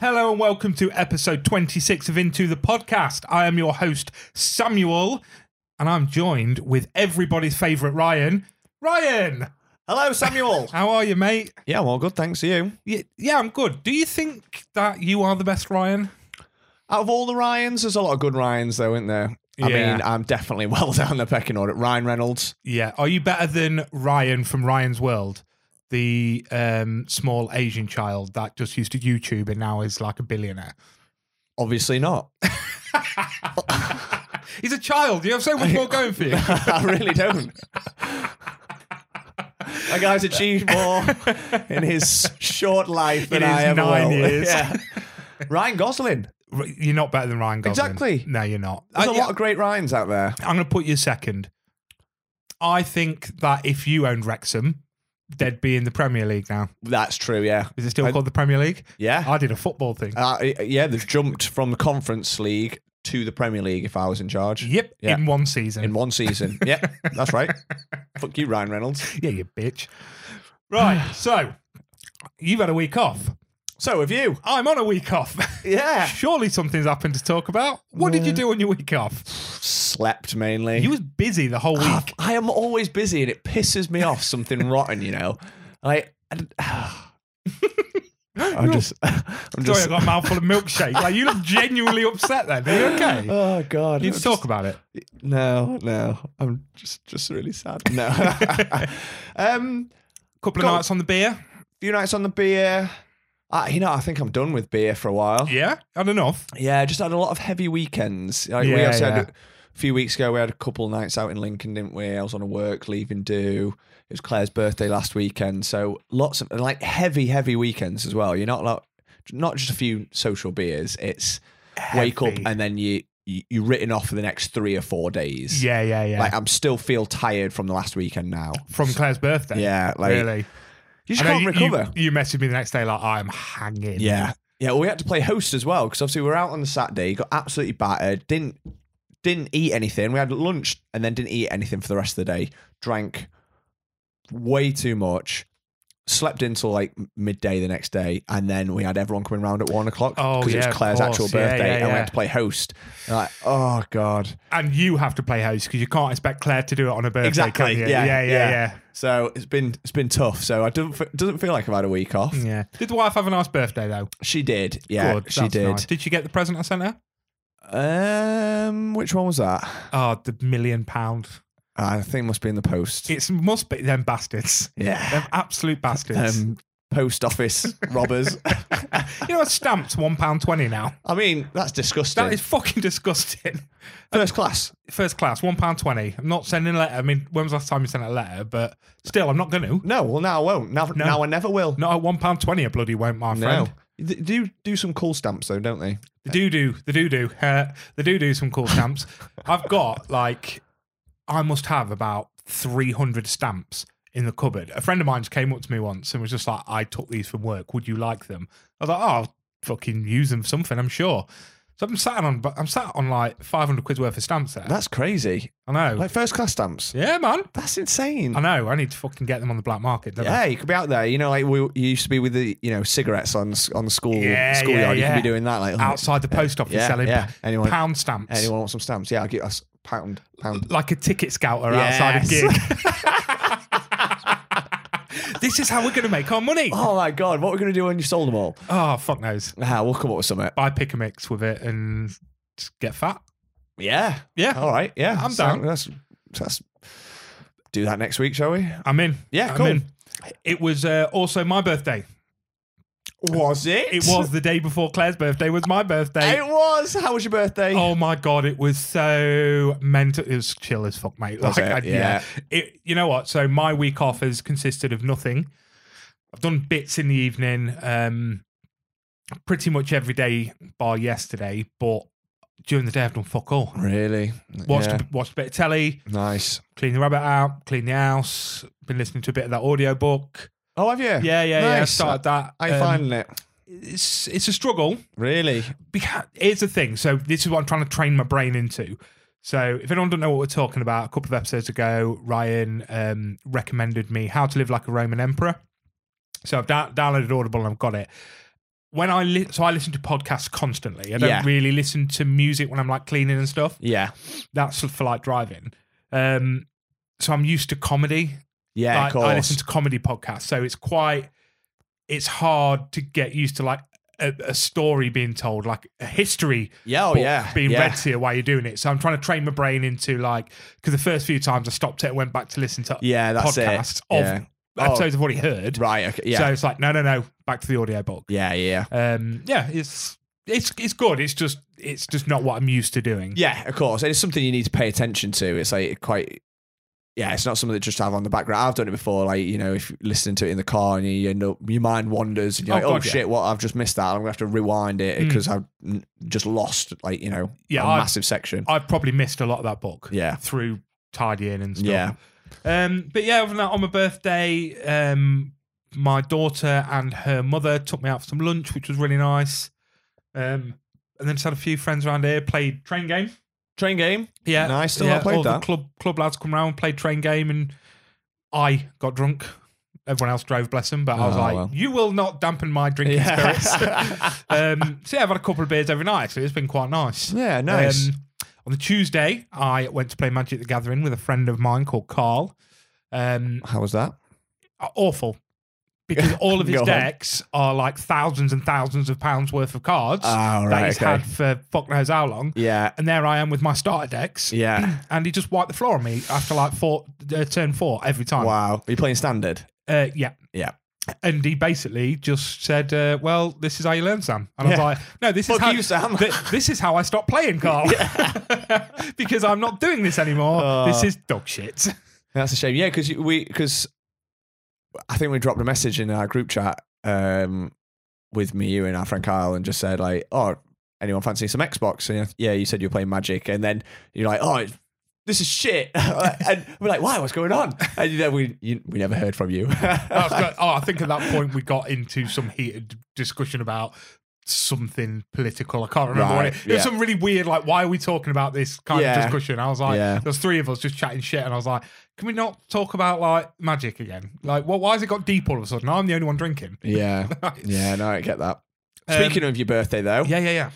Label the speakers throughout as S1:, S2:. S1: welcome to episode 26 of Into the Podcast. I am your host, Samuel, and I'm joined with everybody's favourite Ryan. Ryan,
S2: Hello, Samuel.
S1: how are you, mate?
S2: yeah, well, good. Thanks to you.
S1: Y- Yeah, I'm good. Do you think that you are the best Ryan?
S2: Out of all the Ryans, there's a lot of good Ryans, though, isn't there? I
S1: Yeah.
S2: mean, I'm definitely well down the pecking order. Ryan Reynolds.
S1: Yeah. Are you better than Ryan from Ryan's World? The um, small Asian child that just used to YouTube and now is like a billionaire.
S2: Obviously not.
S1: He's a child. You have so much more going for you.
S2: I really don't. That guy's achieved more in his short life than
S1: In
S2: I
S1: his
S2: ever
S1: nine
S2: will.
S1: years.
S2: Yeah. Ryan Gosling.
S1: R- You're not better than Ryan Gosling.
S2: Exactly.
S1: No, you're not.
S2: There's
S1: I-
S2: a lot of great Ryans out there.
S1: I'm going to put you second. I think that if you owned Wrexham, they'd be in the Premier League now.
S2: That's true, yeah.
S1: Is it still
S2: I-
S1: called the Premier League?
S2: Yeah.
S1: I did a football thing.
S2: Uh, yeah, they've jumped from the Conference League to the Premier League if I was in charge.
S1: yep,
S2: yeah.
S1: in one season.
S2: in one season. yeah, that's right. Fuck you, Ryan Reynolds.
S1: yeah, you bitch. Right, so you've had a week off.
S2: So have you?
S1: I'm on a week off.
S2: Yeah. Uh,
S1: Surely something's happened to talk about. What did you do on your week off?
S2: Slept mainly.
S1: You was busy the whole
S2: Oh,
S1: week.
S2: I am always busy, and it pisses me off. Something rotten, you know. Like, I don't- I'm just, I'm
S1: Sorry,
S2: just.
S1: I got a mouthful of milkshake. Like you look genuinely upset. Then are you okay?
S2: Oh God!
S1: You
S2: I'm
S1: need to talk about it.
S2: just- No, no. I'm just, just really sad. No. um,
S1: couple of
S2: Go-
S1: nights on the beer.
S2: few nights on the beer. I, you know, I think I'm done with beer for a while.
S1: Yeah, had enough.
S2: Yeah, just had a lot of heavy weekends. Like we
S1: Yeah,
S2: obviously
S1: yeah.
S2: had a, a few weeks ago, we had a couple nights out in Lincoln, didn't we? I was on a work leave and do. It was Claire's birthday last weekend, so lots of like heavy, heavy weekends as well. You're not like not just a few social beers. It's wake up
S1: Heavy.
S2: and then you, you you're written off for the next three or four days.
S1: Yeah, yeah, yeah.
S2: Like I'm still feel tired from the last weekend now.
S1: From Claire's birthday.
S2: Yeah, like
S1: really. I
S2: you just
S1: know
S2: can't
S1: you, you-
S2: recover.
S1: You, messaged me the next day like I'm hanging.
S2: Yeah. Yeah, well, we had to play host as well because obviously we were out on the Saturday, got absolutely battered, didn't didn't eat anything. We had lunch and then didn't eat anything for the rest of the day. Drank way too much, slept until like m- midday the next day, and then we had everyone coming round at one o'clock
S1: Oh,
S2: it
S1: yeah,
S2: was
S1: of
S2: Claire's actual
S1: course. Yeah,
S2: birthday,
S1: yeah,
S2: and we
S1: yeah.
S2: had to play host. And like, oh god.
S1: And you have to play host because you can't expect Claire to do it on her birthday.
S2: Exactly.
S1: Can you?
S2: Yeah,
S1: yeah, yeah,
S2: yeah.
S1: yeah.
S2: So it's been it's been tough. So I don't f- doesn't feel like I've had a week off.
S1: Yeah. Did the wife have a nice birthday though?
S2: She did, yeah,
S1: Mm. Good.
S2: she
S1: that's
S2: did.
S1: nice. Did she get the present I sent her?
S2: Um, which one was that?
S1: Oh, the million pound.
S2: I think it must be in the post.
S1: It must be them bastards.
S2: Yeah.
S1: Them absolute bastards.
S2: Um, post office robbers.
S1: you know, a stamp's one pound twenty now.
S2: I mean, that's disgusting.
S1: That is fucking disgusting.
S2: first class.
S1: First class, one pound twenty. I'm not sending a letter. I mean, when was the last time you sent a letter? But still, I'm not going to.
S2: No, well, now I won't. Now, now I never will.
S1: Not at one pound twenty. A bloody won't, my friend.
S2: no. They do do some cool stamps though, don't they?
S1: The doo doo, the doo doo, uh, the doo doo. Some cool stamps. I've got like, I must have about three hundred stamps in the cupboard. A friend of mine just came up to me once and was just like, "I took these from work. Would you like them?" I was like, "Oh, I'll fucking use them for something. I'm sure." So I'm sat on, I'm sat on like five hundred quid's worth of stamps there.
S2: That's crazy.
S1: I know.
S2: Like first class stamps.
S1: yeah, man.
S2: That's insane.
S1: I know. I need to fucking get them on the black market. Don't I?
S2: Yeah, you could be out there. You know, like we you used to be with the you know cigarettes on s- on the school
S1: Yeah, yeah,
S2: schoolyard. You
S1: yeah.
S2: could be doing that like
S1: Outside the post office
S2: Yeah,
S1: selling
S2: yeah.
S1: p-
S2: Anyone-
S1: pound stamps.
S2: Anyone want some stamps? Yeah, I'll give us pound pound.
S1: like a ticket scouter outside a gig. this is how we're going to make our money.
S2: Oh my god, what are we gonna do when you sold them all?
S1: Oh, fuck knows.
S2: Ah, we'll come up with something.
S1: Buy pick a mix with it and just get fat.
S2: Yeah,
S1: Yeah,
S2: All right, yeah,
S1: I'm
S2: So
S1: down.
S2: Let's, let's do that next week, shall we?
S1: I'm in.
S2: Yeah,
S1: I'm
S2: cool.
S1: in. It was uh, also my birthday.
S2: Was it?
S1: It was the day before Claire's birthday was my birthday.
S2: It was. How was your birthday?
S1: Oh my god, it was so mental. It was chill as fuck, mate.
S2: Was it?
S1: I-
S2: Yeah.
S1: It, you know what? So my week off has consisted of nothing. I've done bits in the evening, um, pretty much every day bar yesterday, but during the day I've done fuck all.
S2: Really?
S1: Watched
S2: Yeah.
S1: a, watched a bit of telly,
S2: Nice.
S1: cleaned the rabbit out, cleaned the house. Been listening to a bit of that audio book.
S2: Oh, have you?
S1: Yeah, yeah, yeah. I
S2: Nice.
S1: started that.
S2: How you
S1: Um,
S2: finding it?
S1: It's it's a struggle
S2: Really?
S1: because here's the thing. So this is what I'm trying to train my brain into. So if anyone don't know what we're talking about, a couple of episodes ago, Ryan um, recommended me how to live like a Roman emperor. So I've da- downloaded Audible and I've got it. when I li- so I listen to podcasts constantly. I don't
S2: Yeah.
S1: really listen to music when I'm like cleaning and stuff.
S2: Yeah.
S1: That's for like driving. Um, so I'm used to comedy.
S2: Yeah,
S1: Like,
S2: of course.
S1: I listen to comedy podcasts, so it's quite it's hard to get used to like a, a story being told, like a history
S2: yeah, oh,
S1: book
S2: yeah.
S1: being
S2: yeah.
S1: read to you while you're doing it. So I'm trying to train my brain into like because the first few times I stopped it, and went back to listen to
S2: Yeah, that's it.
S1: podcasts of
S2: Yeah. Oh.
S1: episodes I've already heard.
S2: Right. Okay. Yeah.
S1: So it's like no, no, no, back to the audio book.
S2: yeah. Yeah.
S1: Um, yeah, it's it's it's good. It's just it's just not what I'm used to doing.
S2: Yeah, of course. And it's something you need to pay attention to. It's like quite. Yeah, it's not something that just have on the background. I've done it before. Like you know, if you're listening to it in the car and you end up, your mind wanders and you're
S1: Oh,
S2: like, oh
S1: God, yeah.
S2: shit, what? I've just missed that. I'm gonna have to rewind it
S1: Mm.
S2: because I've n- just lost like you know
S1: Yeah,
S2: a
S1: I've-
S2: massive section.
S1: I've probably missed a lot of that book.
S2: yeah,
S1: through tidying and stuff.
S2: yeah,
S1: Um, but yeah, other than that, on my birthday, um, my daughter and her mother took me out for some lunch, which was really nice. Um, and then just had a few friends around here, played train game.
S2: train game.
S1: Yeah,
S2: Nice, still
S1: yeah,
S2: not played
S1: all
S2: that.
S1: The club club lads come round, played train game, and I got drunk. Everyone else drove, bless them, but I was
S2: Oh,
S1: like,
S2: well.
S1: "You will not dampen my drinking
S2: Yeah.
S1: spirits." um, so yeah, I've had a couple of beers every night, so it's been quite nice.
S2: Yeah, nice.
S1: Um, on the Tuesday, I went to play Magic the Gathering with a friend of mine called Carl. Um,
S2: How was that?
S1: awful. Because all of his
S2: Go on.
S1: decks are like thousands and thousands of pounds worth of cards
S2: Oh,
S1: that
S2: right,
S1: he's
S2: okay.
S1: had for fuck knows how long.
S2: yeah,
S1: And there I am with my starter decks.
S2: yeah.
S1: And he just wiped the floor on me after like four, uh, turn four every time.
S2: wow. Are you playing standard?
S1: Uh, yeah.
S2: Yeah.
S1: And he basically just said, uh, well, this is how you learn, Sam. And I was
S2: Yeah.
S1: like, no, this
S2: Fuck
S1: is how
S2: you, Sam.
S1: th- this is how I stopped playing, Carl. because I'm not doing this anymore.
S2: Uh.
S1: this is dog shit.
S2: That's a shame. Yeah, because we because I think we dropped a message in our group chat um, with me, you, and our friend Kyle, and just said like, "Oh, anyone fancy some Xbox?" And you're like, yeah, you said you're playing Magic, and then you're like, "Oh." It's, this is shit, and we're like, "Why? What's going on?" And then we you, we never heard from you.
S1: I was go- oh, I think at that point we got into some heated discussion about something political. I can't remember what it,
S2: Right,
S1: it was.
S2: yeah.
S1: Some really weird, like, why are we talking about this kind
S2: Yeah.
S1: of discussion? I was like,
S2: Yeah.
S1: there's three of us just chatting shit, and I was like, can we not talk about like magic again? Like, well, why has it got deep all of a sudden? I'm the only one drinking.
S2: yeah, yeah, no, I get that.
S1: Um,
S2: Speaking of your birthday, though,
S1: Yeah, yeah, yeah.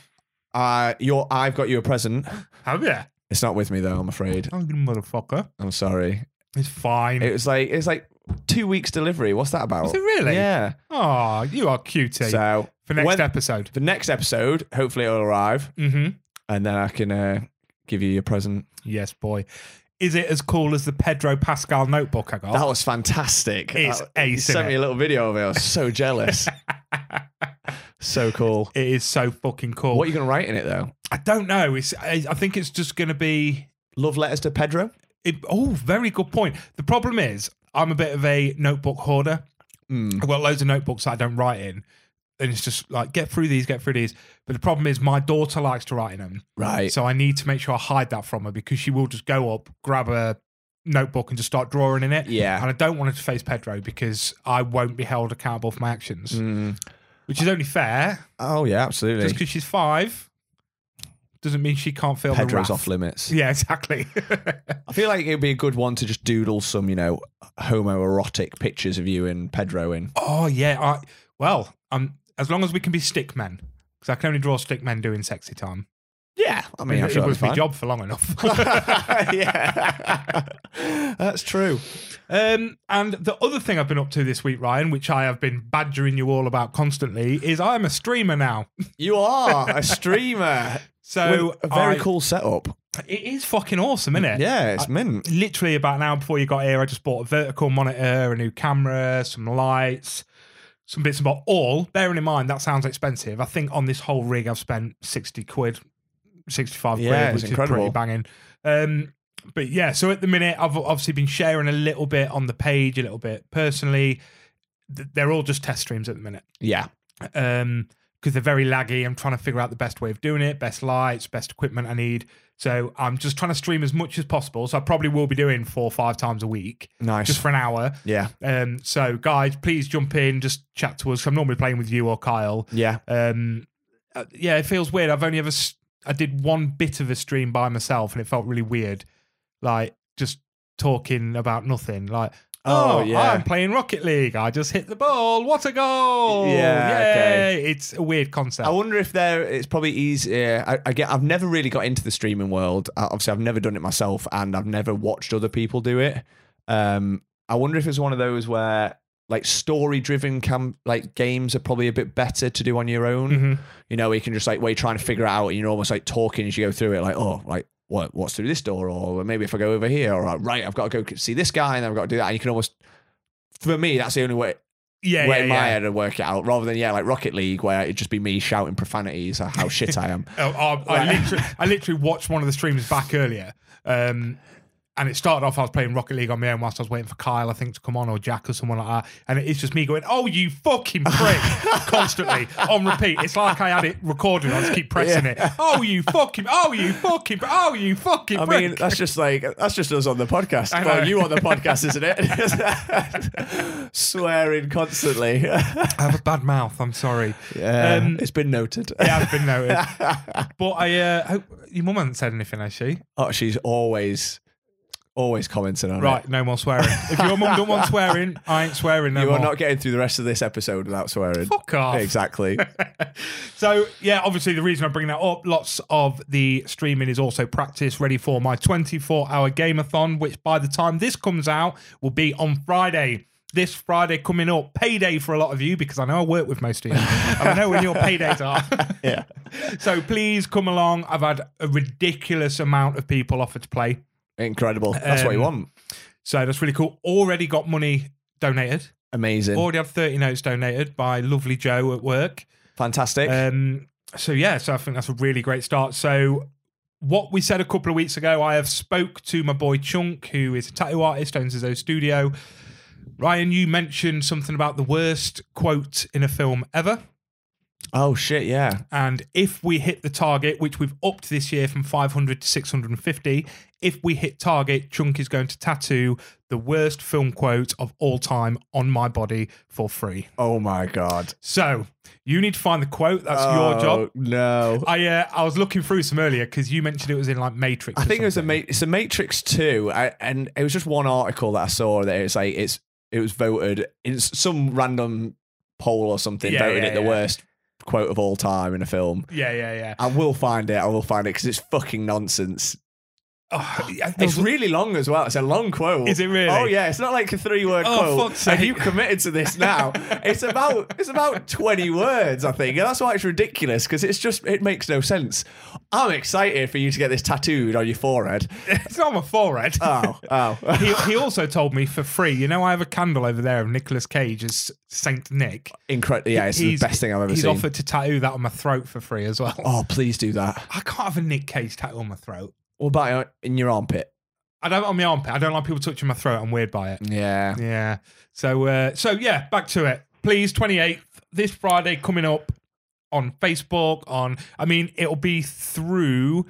S2: uh, your I've got you a present.
S1: Have you?
S2: It's not with me though, I'm afraid.
S1: Oh, you motherfucker.
S2: I'm sorry.
S1: It's fine.
S2: It was like it's like two weeks delivery. What's that about?
S1: Is it really?
S2: Yeah.
S1: Oh, you are cutie.
S2: So
S1: For next
S2: when-
S1: episode.
S2: the next episode, hopefully it'll arrive,
S1: Mm-hmm.
S2: and then I can uh, give you your present.
S1: Yes, boy. Is it as cool as the Pedro Pascal notebook I got?
S2: That was fantastic.
S1: It's
S2: That-
S1: ace,
S2: you
S1: isn't
S2: sent me
S1: it?
S2: a little video of it. I was so jealous. so cool.
S1: It is so fucking cool.
S2: What are you going to write in it though?
S1: I don't know. It's I, I think it's just going to be.
S2: Love letters to Pedro.
S1: It, oh, very good point. The problem is, I'm a bit of a notebook hoarder.
S2: Mm.
S1: I've got loads of notebooks that I don't write in, and it's just like get through these, get through these. But the problem is, my daughter likes to write in them,
S2: Right.
S1: so I need to make sure I hide that from her because she will just go up, grab a notebook, and just start drawing in it.
S2: yeah.
S1: And I don't want her to face Pedro because I won't be held accountable for my actions,
S2: Mm.
S1: which is only fair.
S2: Oh yeah,
S1: Just
S2: absolutely.
S1: because she's five doesn't mean she can't feel the wrath.
S2: Pedro's off limits.
S1: Yeah, exactly.
S2: I feel like it'd be a good one to just doodle some, you know, homoerotic pictures of you and Pedro in.
S1: oh yeah. I, well, um, as long as we can be stick men, because I can only draw stick men doing sexy time.
S2: Yeah, I mean, I'm
S1: it,
S2: sure
S1: it was
S2: that's
S1: my
S2: fine.
S1: job for long enough.
S2: yeah, that's true.
S1: um, and the other thing I've been up to this week, Ryan, which I have been badgering you all about constantly, is I am a streamer now.
S2: You are a streamer.
S1: So
S2: With a very
S1: I-
S2: cool setup.
S1: It is fucking awesome, isn't it?
S2: Yeah, it's mint.
S1: literally about an hour before you got here, I just bought a vertical monitor, a new camera, some lights, some bits about all. Bearing in mind that sounds expensive. I think on this whole rig I've spent sixty quid, sixty five
S2: Yeah,
S1: quid,
S2: it's
S1: which
S2: incredible.
S1: is pretty banging. Um, but yeah, so at the minute I've obviously been sharing a little bit on the page, a little bit personally. Th- They're all just test streams at the minute
S2: Yeah.
S1: um because they're very laggy i'm trying to figure out the best way of doing it best lights best equipment i need so i'm just trying to stream as much as possible so i probably will be doing four or five times a week
S2: Nice.
S1: just for an hour
S2: yeah.
S1: um so guys please jump in just chat to us i'm normally playing with you or kyle
S2: Yeah.
S1: um uh, yeah it feels weird i've only ever s- i did one bit of a stream by myself and it felt really weird like just talking about nothing like
S2: Oh,
S1: Oh,
S2: yeah.
S1: I'm playing Rocket League. I just hit the ball. What a goal!
S2: Yeah,
S1: Yay.
S2: okay.
S1: It's a weird concept.
S2: I wonder if there. It's probably easier. I, I get. I've never really got into the streaming world. Uh, Obviously, I've never done it myself, and I've never watched other people do it. Um, I wonder if it's one of those where like story-driven cam like games are probably a bit better to do on your own.
S1: Mhm.
S2: You know, where you can just like where you're trying to figure it out, and you're almost like talking as you go through it. Like, oh, like what what's through this door, or maybe if I go over here, or like, right, I've got to go see this guy, and then I've got to do that. And you can almost, for me, that's the only way
S1: Yeah,
S2: way
S1: yeah,
S2: in my
S1: yeah.
S2: head and work it out rather than yeah like Rocket League where it'd just be me shouting profanities or how shit I am.
S1: Oh, I, I
S2: Right.
S1: literally, I literally watched one of the streams back earlier, um, and it started off. I was playing Rocket League on my own whilst I was waiting for Kyle, I think, to come on or Jack or someone like that. And it's just me going, "Oh, you fucking prick!" constantly on repeat. It's like I had it recorded. I just keep pressing it. Oh, you fucking! Oh, you fucking! pri- Oh, you fucking!
S2: I
S1: prick.
S2: mean that's just like that's just us on the podcast.
S1: I
S2: Well,
S1: know.
S2: you on the podcast, isn't it? Swearing constantly. yeah,
S1: I have a bad mouth. I'm sorry. Um,
S2: Um, it's been noted.
S1: Yeah, I've been noticed. but I uh, hope your mum hasn't said anything, has she?
S2: Oh, she's always always commenting on
S1: Right, no more swearing. If your mum don't want swearing, I ain't swearing no
S2: it. You
S1: more.
S2: are not getting through the rest of this episode without swearing.
S1: Fuck off.
S2: Exactly.
S1: So yeah, obviously the reason I bring that up, lots of the streaming is also practice ready for my 24-hour gameathon, which by the time this comes out will be on Friday. This Friday coming up, payday for a lot of you because I know I work with most of you, and I know when your paydays are.
S2: yeah.
S1: so please come along. I've had a ridiculous amount of people offer to play,
S2: Incredible. That's what you
S1: Um,
S2: want.
S1: so that's really cool. Already got money donated.
S2: Amazing.
S1: Already had 30 notes donated by lovely Joe at work.
S2: Fantastic.
S1: Um, so yeah, so I think that's a really great start. So what we said a couple of weeks ago, I have spoke to my boy Chunk, who is a tattoo artist, owns his own studio. Ryan, you mentioned something about the worst quote in a film ever.
S2: oh shit, yeah.
S1: And if we hit the target, which we've upped this year from 500 to 650, if we hit target, Chunk is going to tattoo the worst film quote of all time on my body for free.
S2: Oh my god.
S1: So you need to find the quote. That's your job.
S2: Oh, No.
S1: I uh, I was looking through some earlier because you mentioned it was in like Matrix.
S2: I think it was a
S1: Matrix.
S2: ma- it's a Matrix two, I, and it was just one article that I saw that it's like it's it was voted in s- some random poll or something
S1: Yeah,
S2: voted
S1: yeah,
S2: it the
S1: yeah.
S2: worst quote of all time in a film.
S1: Yeah, yeah, yeah.
S2: I will find it. I will find it because it's fucking nonsense.
S1: Oh, yeah, there
S2: It's
S1: was-
S2: really long as well. It's a long quote.
S1: Is it really?
S2: Oh yeah. It's not like a three word
S1: Oh,
S2: quote.
S1: fuck's
S2: and
S1: sake.
S2: you committed to this now. it's about it's about twenty words, I think, and that's why it's ridiculous because it's just it makes no sense. I'm excited for you to get this tattooed on your forehead.
S1: it's on my forehead.
S2: Oh, oh.
S1: he, he also told me for free. You know, I have a candle over there of Nicolas Cage as Saint Nick.
S2: Incredible. Yeah, it's the
S1: He's-
S2: best thing I've ever
S1: he's
S2: seen.
S1: offered to tattoo that on my throat for free as well.
S2: oh, please do that.
S1: I can't have a Nick Cage tattoo on my throat.
S2: What about in your armpit?
S1: I don't on my armpit. I don't like people touching my throat. I'm weird by it.
S2: Yeah.
S1: Yeah. So uh, so yeah, back to it. Please, twenty eighth this Friday coming up on Facebook. On I mean, it'll be through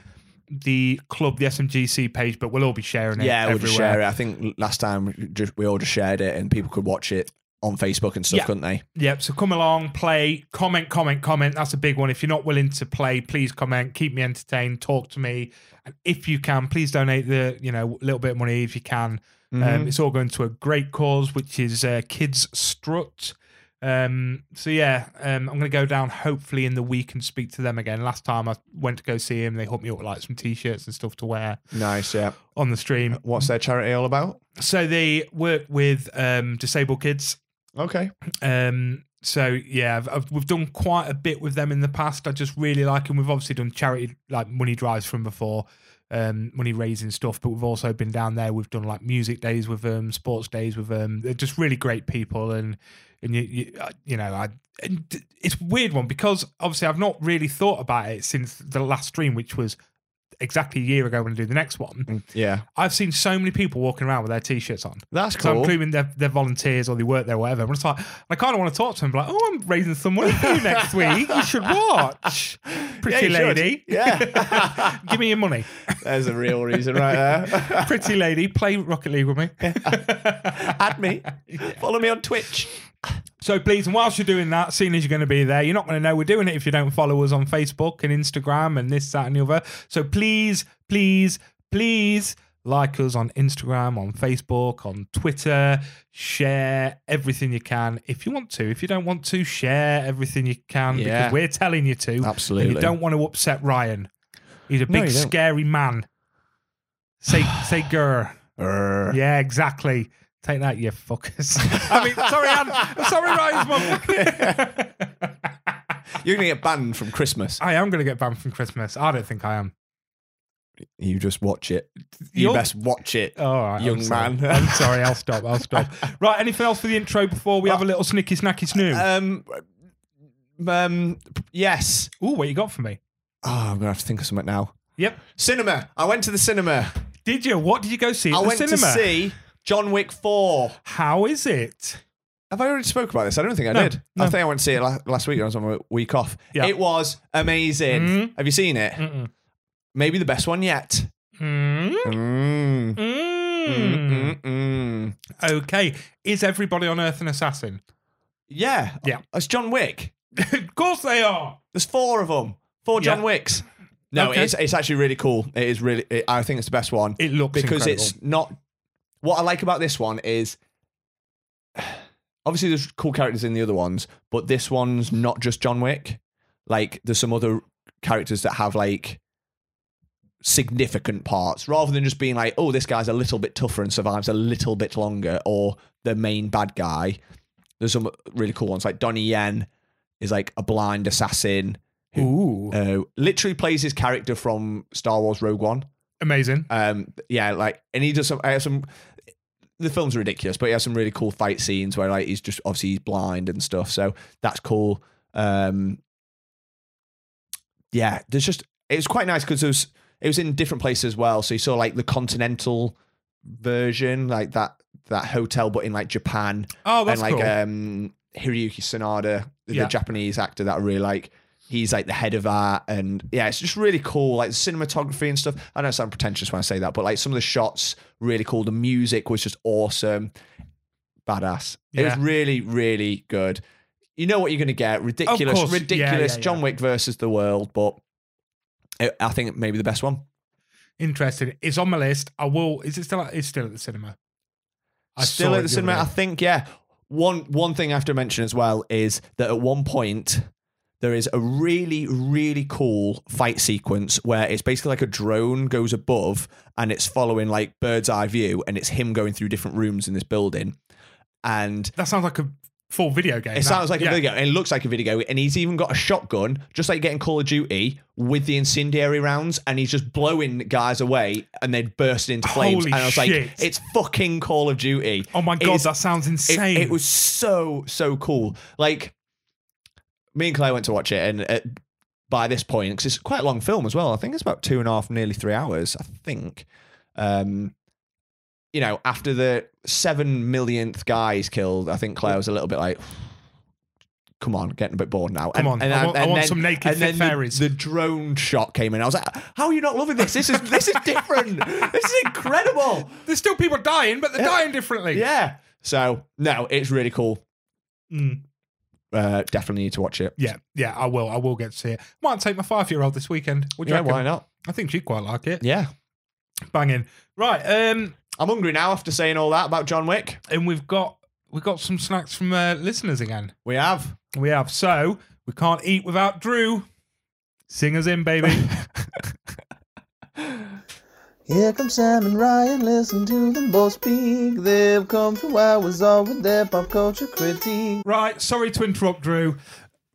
S1: the club, the SMGC page, but we'll all be sharing it.
S2: Yeah, we'll just
S1: everywhere.
S2: share it. I think last time we just, we all just shared it and people could watch it on Facebook and stuff,
S1: Yeah.
S2: couldn't they?
S1: Yep. So come along, play, comment, comment, comment. That's a big one. If you're not willing to play, please comment. Keep me entertained. Talk to me. And if you can, please donate the you know little bit of money if you can. Um, it's all going to a great cause, which is uh, Kids Strut. Um, so yeah, um, I'm going to go down hopefully in the week and speak to them again. Last time I went to go see him, they hooked me up with like some t-shirts and stuff to wear
S2: Nice, yeah.
S1: on the stream.
S2: What's their charity all about?
S1: So they work with um, disabled kids.
S2: Okay.
S1: Um, so yeah, I've, I've, we've done quite a bit with them in the past. I just really like them. We've obviously done charity like money drives from before, um, money raising stuff. But we've also been down there. We've done like music days with them, sports days with them. They're just really great people, and and you you, uh, you know I. And d- it's a weird one because obviously I've not really thought about it since the last stream, which was exactly a year ago when I do the next one.
S2: Yeah.
S1: I've seen so many people walking around with their t-shirts on.
S2: That's
S1: So I'm
S2: cool.
S1: assuming they're, they're volunteers or they work there, or whatever. I'm just like, I kind of want to talk to them, but like, oh, I'm raising some money for you next week. You should watch, pretty
S2: you should.
S1: lady.
S2: Yeah.
S1: give me your money,
S2: There's a real reason right there.
S1: pretty lady. Play Rocket League with me.
S2: Add me. Follow me on Twitch.
S1: So please, and whilst you're doing that, seeing as you're going to be there, you're not going to know we're doing it if you don't follow us on Facebook and Instagram and this, that, and the other. So please, please, please Like us on Instagram, on Facebook, on Twitter. Share everything you can if you want to. If you don't want to, share everything you can
S2: Yeah.
S1: because we're telling you to.
S2: Absolutely.
S1: And you don't want to upset Ryan. He's a
S2: No,
S1: big,
S2: you don't.
S1: scary man. Say, say, grr.
S2: Err.
S1: Yeah, exactly. Take that, you fuckers. I mean, sorry, Anne. I'm sorry, Ryan's mum.
S2: You're going to get banned from Christmas.
S1: I am going to get banned from Christmas. I don't think I am.
S2: You just watch it. You
S1: You're-
S2: best watch it.
S1: All right, I'm
S2: Young
S1: sorry.
S2: man.
S1: I'm sorry. I'll stop. I'll stop. Right. Anything else for the intro before we have a little snicky snacky snoo?
S2: Um, um, yes.
S1: Ooh, what you got for me?
S2: Oh, I'm going to have to think of something now.
S1: Yep.
S2: Cinema. I went to the cinema.
S1: Did you? What did you go see at
S2: I
S1: the
S2: went
S1: cinema?
S2: to see John Wick 4.
S1: How is it?
S2: Have I already spoke about this? I don't think I
S1: No,
S2: did.
S1: no.
S2: I think I went to see it la- last week. when I was on my week off.
S1: Yeah.
S2: It was amazing.
S1: Mhm.
S2: Have you seen it?
S1: Mm-mm.
S2: Maybe the best one yet.
S1: Mm.
S2: Mm.
S1: Mm.
S2: Mm, mm, mm.
S1: Okay. Is everybody on Earth an assassin?
S2: Yeah.
S1: Yeah.
S2: It's John Wick.
S1: of course they are.
S2: There's four of them. Four
S1: Yeah.
S2: John Wicks. No,
S1: Okay.
S2: it's it's actually really cool. It is really. It, I think it's the best one
S1: It looks
S2: because
S1: incredible.
S2: it's not. What I like about this one is, obviously, there's cool characters in the other ones, but this one's not just John Wick. Like, there's some other characters that have like significant parts, rather than just being like, oh, this guy's a little bit tougher and survives a little bit longer, or the main bad guy. There's some really cool ones like Donnie Yen is like a blind assassin
S1: Ooh,
S2: uh, literally plays his character from Star Wars Rogue One.
S1: amazing.
S2: Um, yeah, like, and he does some. I have some. The film's ridiculous, but he has some really cool fight scenes where like he's just obviously he's blind and stuff, so that's cool. Um, yeah, there's just it was quite nice because it was it was in different places as well. So you saw like the continental version, like that that hotel, but in like Japan
S1: Oh, that's
S2: and like
S1: cool.
S2: um Hiroyuki Sanada, the
S1: Yeah.
S2: Japanese actor that I really like. He's like the head of that, and yeah, it's just really cool. Like the cinematography and stuff. I know I sound pretentious when I say that, but like some of the shots, really cool. The music was just awesome, badass. It
S1: Yeah.
S2: was really, really good. You know what you're going to get? Ridiculous,
S1: course. Yeah,
S2: ridiculous.
S1: yeah,
S2: John
S1: yeah.
S2: Wick versus the world, but it, I think maybe the best one.
S1: Interesting. It's on my list. I will. Is it still? At, it's still at the cinema.
S2: still
S1: saw it
S2: at the
S1: other
S2: cinema.
S1: day.
S2: I think, yeah. One one thing I have to mention as well is that at one point there is a really really cool fight sequence where it's basically like a drone goes above and it's following like bird's eye view and it's him going through different rooms in this building and
S1: That sounds like a full video game.
S2: it sounds like
S1: yeah.
S2: a video and it looks like a video and he's even got a shotgun just like getting call of duty with the incendiary rounds and he's just blowing guys away and they burst into flames
S1: Holy
S2: and i was
S1: shit.
S2: like it's fucking call of duty
S1: Oh my
S2: It
S1: god,
S2: is-
S1: that sounds
S2: it,
S1: insane.
S2: it was so so cool. Like me and Claire went to watch it, and uh by this point, because it's quite a long film as well. I think it's about two and a half, nearly three hours. I think. Um, you know, after the seven millionth guy is killed, I think Claire was a little bit like, "Come on, getting a bit bored now."
S1: Come on, I want- I want some naked
S2: and then
S1: fit
S2: the-
S1: fairies.
S2: The, drone shot came in. I was like, "How are you not loving this? This is this is different. this is incredible."
S1: There's still people dying, but they're
S2: Yeah.
S1: dying differently.
S2: Yeah. So no, it's really cool
S1: Mm,
S2: uh, definitely need to watch it.
S1: yeah, yeah. I will. I will get to see it. Might take my five-year-old this weekend. Would you
S2: yeah,
S1: reckon?
S2: why not?
S1: I think she'd quite like it.
S2: Yeah.
S1: Banging. Right. Um.
S2: I'm hungry now after saying all that about John Wick.
S1: And we've got we've got some snacks from uh, listeners again.
S2: We have.
S1: We have. So we can't eat without Drew. Sing us in, baby.
S3: Here come Sam and Ryan, listen to them both speak. They've come for hours all with their pop culture critique.
S1: Right, sorry to interrupt, Drew.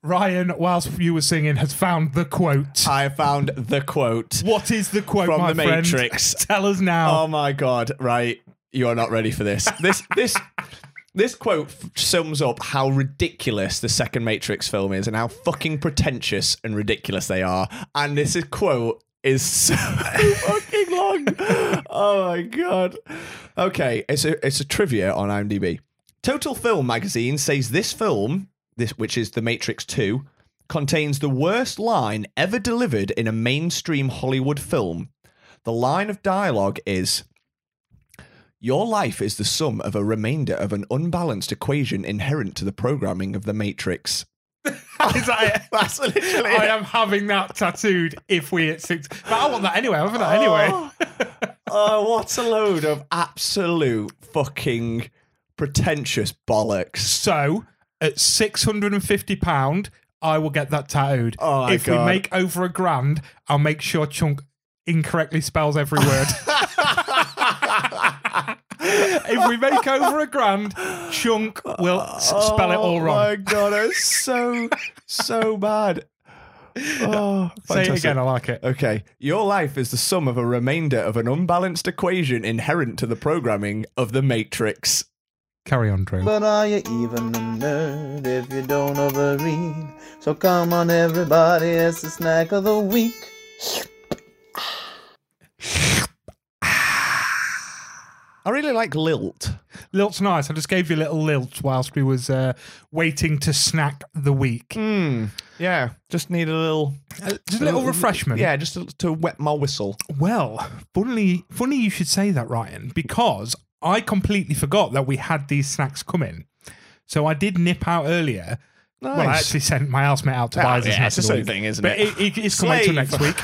S1: Ryan, whilst you were singing, has found the quote.
S2: I found the quote.
S1: what is the quote,
S2: From
S1: my
S2: The
S1: friend?
S2: Matrix.
S1: Tell us now.
S2: Oh my god! Right, you are not ready for this. This this this quote f- sums up how ridiculous the second Matrix film is, and how fucking pretentious and ridiculous they are. And this is- quote is so fucking long. Oh my god! Okay, it's a it's a trivia on IMDb. Total Film magazine says this film, this which is The Matrix Two. Contains the worst line ever delivered in a mainstream Hollywood film. The line of dialogue is Your life is the sum of a remainder of an unbalanced equation inherent to the programming of the matrix.
S1: Is that it?
S2: That's literally
S1: I am having that tattooed if we hit six. But I want that anyway. I want that anyway.
S2: oh, what a load of absolute fucking pretentious bollocks.
S1: So at six hundred and fifty pound, I will get that tattooed.
S2: Oh my
S1: if we
S2: God.
S1: make over a grand, I'll make sure Chunk incorrectly spells every word. if we make over a grand, Chunk will s- spell it all
S2: Oh
S1: wrong.
S2: my god, it's so so bad. Oh,
S1: Say it
S2: fantastic.
S1: again. I like it.
S2: Okay, your life is the sum of a remainder of an unbalanced equation inherent to the programming of the matrix.
S1: Carry on, Drew.
S3: But are you even a nerd if you don't overeat? So come on, everybody, it's the snack of the week.
S2: I really like lilt.
S1: Lilt's nice. I just gave you a little lilt whilst we was uh, waiting to snack the week.
S2: Mm, yeah, just need a little,
S1: Uh, just a little refreshment.
S2: Yeah, just to, to wet my whistle.
S1: Well, funnily, funny you should say that, Ryan, because I completely forgot that we had these snacks coming. So I did nip out earlier. Well, I
S2: Nice.
S1: actually sent my housemate out to
S2: Oh,
S1: buy us a
S2: yeah,
S1: snack
S2: it's
S1: of the
S2: the same
S1: week.
S2: thing, isn't
S1: but
S2: it? Oh,
S1: it, it- it's coming to
S2: Slave.
S1: next week.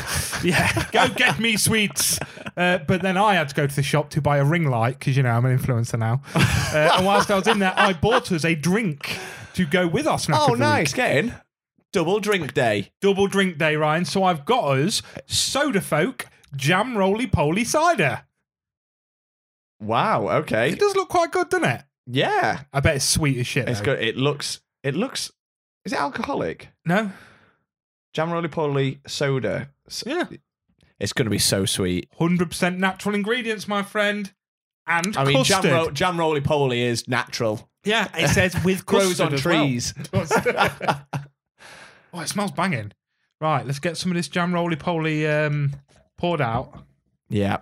S1: Yeah, go get me sweets. Uh, but then I had to go to the shop to buy a ring light because you know I'm an influencer now. Uh, and whilst I was in there, I bought us a drink to go with our snack. of
S2: Oh,
S1: the week.
S2: nice, get in. Double drink day.
S1: Double drink day, Ryan. So I've got us soda folk jam roly poly cider.
S2: Wow. Okay.
S1: It does look quite good, doesn't it?
S2: Yeah,
S1: I bet it's sweet as shit.
S2: it's
S1: though.
S2: good. It looks. It looks. Is it alcoholic?
S1: No,
S2: Jam roly poly soda. S-
S1: yeah,
S2: It's going to be so sweet.
S1: hundred percent natural ingredients, my friend, and
S2: I mean,
S1: custard.
S2: jam, ro- jam roly poly is natural.
S1: yeah, it says with
S2: Grows
S1: custard
S2: on
S1: as
S2: trees.
S1: well. oh, it smells banging. Right, let's get some of this jam roly poly um, poured out.
S2: Yeah.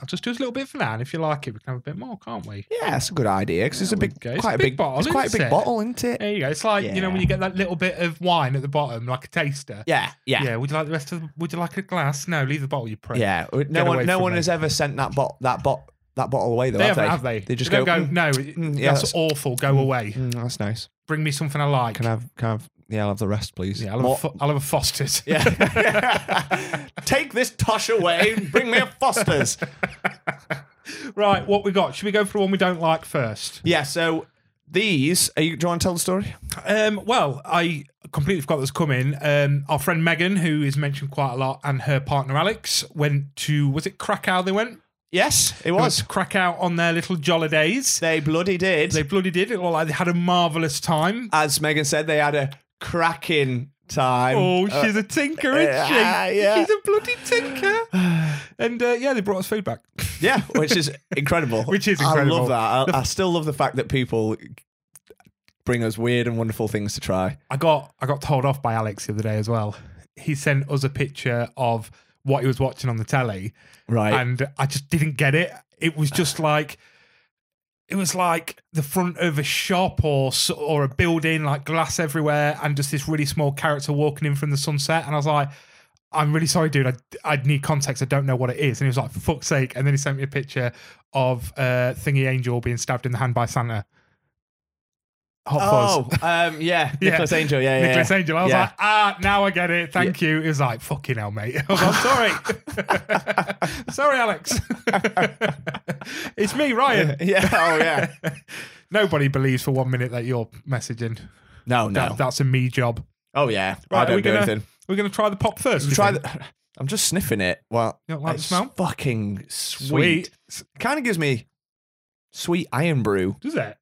S1: I'll just do us a little bit for now, and if you like it, we can have a bit more, can't we?
S2: Yeah, that's a good idea because it's a
S1: we
S2: big,
S1: go. It's
S2: quite
S1: a
S2: a
S1: big
S2: big,
S1: bottle,
S2: it's quite a
S1: isn't
S2: big
S1: it?
S2: bottle, isn't it?
S1: There you go. It's like you know when
S2: Yeah.
S1: you get that little bit of wine at the bottom, like a taster.
S2: Yeah, yeah,
S1: Would you like the rest of? The, would you like a glass? No, leave the bottle, you prick.
S2: yeah. No
S1: Get away
S2: one, no
S1: from
S2: one
S1: me.
S2: has ever sent that bot, that bot, that bottle away though.
S1: They
S2: have
S1: haven't,
S2: they?
S1: have they?
S2: They just
S1: don't
S2: go.
S1: go.
S2: "Mm,
S1: no,
S2: mm, yeah,
S1: that's,
S2: that's-
S1: awful. Go away.
S2: mm, that's nice.
S1: Bring me something I like.
S2: Can I have, can I have? Yeah, I'll have the rest, please.
S1: Yeah, I'll have, a
S2: More-
S1: fo- I'll have a Foster's.
S2: yeah. Take this tosh away and bring me a Foster's.
S1: right, what we got? Should we go for the one we don't like first?
S2: Yeah, so these are you do you want to tell the story?
S1: Um, well, I completely forgot this coming. Um, our friend Megan, who is mentioned quite a lot, and her partner Alex went to, was it Krakow they went?
S2: Yes, it
S1: It was
S2: was.
S1: Krakow on their little jolly days.
S2: They bloody did.
S1: They bloody did. It looked like they had a marvellous time.
S2: As Megan said, they had a cracking time.
S1: Oh,
S2: Uh,
S1: she's a tinker, isn't she?
S2: uh, yeah.
S1: She's a bloody tinker. And uh, yeah, they brought us food back.
S2: yeah, which is incredible.
S1: Which is
S2: I
S1: incredible.
S2: love that. I, I still love the fact that people bring us weird and wonderful things to try.
S1: I got I got told off by Alex the other day as well. He sent us a picture of what he was watching on the telly,
S2: Right.
S1: and I just didn't get it. It was just like it was like the front of a shop or s- or a building, like glass everywhere, and just this really small character walking in from the sunset. And I was like, "I'm really sorry, dude. I I need context. I don't know what it is." And he was like, "For fuck's sake!" And then he sent me a picture of uh, Thingy Angel being stabbed in the hand by Santa. Hot fuzz.
S2: oh, um, yeah. Nicholas Angel. Yeah, yeah.
S1: Nicholas
S2: yeah.
S1: Angel. I was
S2: Yeah.
S1: like, ah, now I get it. Thank you. He was like, fucking hell, mate. I was like, sorry. sorry, Alex. it's me, Ryan.
S2: yeah. Oh, yeah.
S1: Nobody believes for one minute that you're messaging.
S2: No, no.
S1: That, That's a me job.
S2: oh, yeah. I
S1: Right, are
S2: don't
S1: we
S2: do
S1: gonna-
S2: anything.
S1: We're going to try the pop first. you
S2: Try
S1: think?
S2: the. I'm just sniffing it. Well,
S1: You don't like the
S2: it's
S1: smell?
S2: Fucking sweet.
S1: Sweet.
S2: Kind of gives me sweet iron brew
S1: Does it?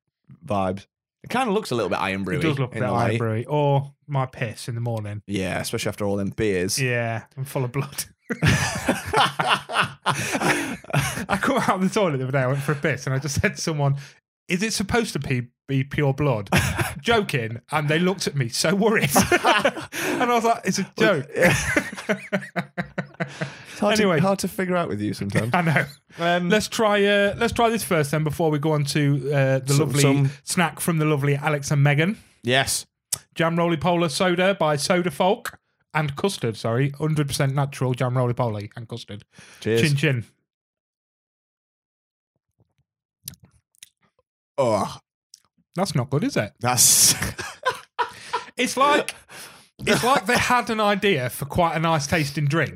S2: vibes. It kind of looks a little bit iron brew.
S1: It does look a bit like brewery or my piss in the morning.
S2: Yeah, especially after all them beers.
S1: Yeah, I'm full of blood. I come out of the toilet the other day. I went for a piss, and I just said to someone, "Is it supposed to be, be pure blood?" Joking, and they looked at me so worried, and I was like, "It's a joke."
S2: It's hard
S1: Anyway.
S2: to, hard to figure out with you sometimes.
S1: I know.
S2: Um,
S1: Let's try. Uh, let's try this first, then, before we go on to uh, the
S2: Some-
S1: lovely
S2: some-
S1: snack from the lovely Alex and Megan.
S2: yes.
S1: Jam roly poly soda by Soda Folk and custard. Sorry, hundred percent natural jam roly poly and custard.
S2: Cheers.
S1: Chin chin.
S2: Oh,
S1: That's not good, is it?
S2: that's
S1: It's like Uh-huh. it's like they had an idea for quite a nice tasting drink,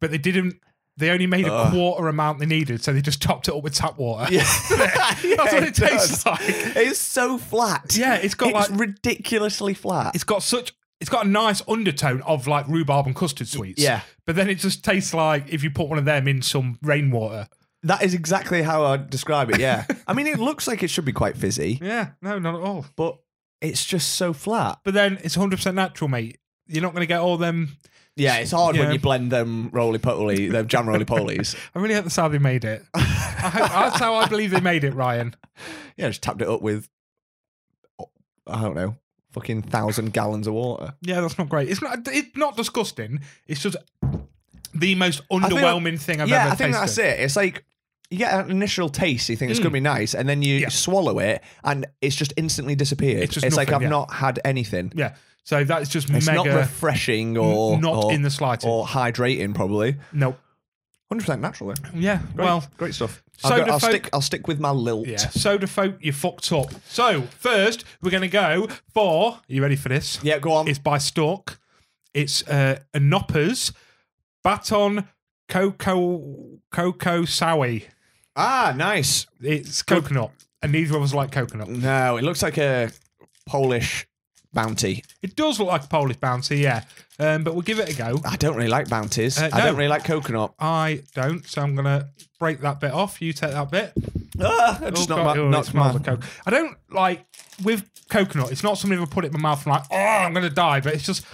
S1: but they didn't They only made a
S2: Ugh.
S1: quarter amount they needed, so they just topped it up with tap water.
S2: Yeah.
S1: That's what it tastes
S2: does.
S1: like.
S2: It's so flat.
S1: Yeah, it's got
S2: it's
S1: like
S2: ridiculously flat.
S1: it's got such it's got a nice undertone of like rhubarb and custard sweets.
S2: yeah.
S1: But then it just tastes like if you put one of them in some rainwater.
S2: That is exactly how I'd describe it. Yeah. I mean, it looks like it should be quite fizzy,
S1: Yeah, no, not at all.
S2: but it's just so flat.
S1: But then it's 100% natural, mate. You're not going to get all them.
S2: Yeah, it's hard
S1: Yeah.
S2: when you blend them roly poly, them jam roly polies.
S1: I really hope that's how they made it. I hope, that's how I believe they made it, Ryan.
S2: yeah, just tapped it up with, I don't know, fucking thousand gallons of water.
S1: Yeah, that's not great. It's not. It's not disgusting. It's just the most
S2: think-
S1: underwhelming thing I've
S2: yeah,
S1: ever
S2: I think
S1: tasted.
S2: that's it. It's like you get an initial taste, you think it's going to be nice, and then you
S1: Mm. Yeah.
S2: swallow it, and it's just instantly disappeared.
S1: It's
S2: It's,
S1: just
S2: like I've
S1: nothing, yeah.
S2: not had anything.
S1: Yeah. So that's just
S2: It's
S1: mega.
S2: not refreshing or
S1: not
S2: or-
S1: in the slightest.
S2: or hydrating, probably.
S1: nope.
S2: Hundred percent natural. Then.
S1: Yeah. Well.
S2: great stuff.
S1: So
S2: I'll, go-
S1: the
S2: I'll
S1: folk-
S2: stick. I'll stick with my lilt.
S1: Yeah. Soda folk, you fucked up. So first, we're gonna go for. Are you ready for this?
S2: Yeah, go on.
S1: It's by Stork. It's uh, a Noppers Baton Cocoa Cocoa Sowie.
S2: ah, nice.
S1: It's coconut, and neither of us like coconut.
S2: No, it looks like a Polish bounty.
S1: It does look like a Polish bounty, yeah. Um, but we'll give it a go.
S2: I don't really like bounties.
S1: Uh,
S2: I
S1: no.
S2: don't really like coconut.
S1: I don't, so I'm gonna break that bit off. You take that bit.
S2: Ah, I just
S1: Oh, God,
S2: not my,
S1: oh, it
S2: not
S1: smells
S2: my
S1: of coke. I don't like with coconut. It's not something I put it in my mouth and like, oh, I'm gonna die. But it's just,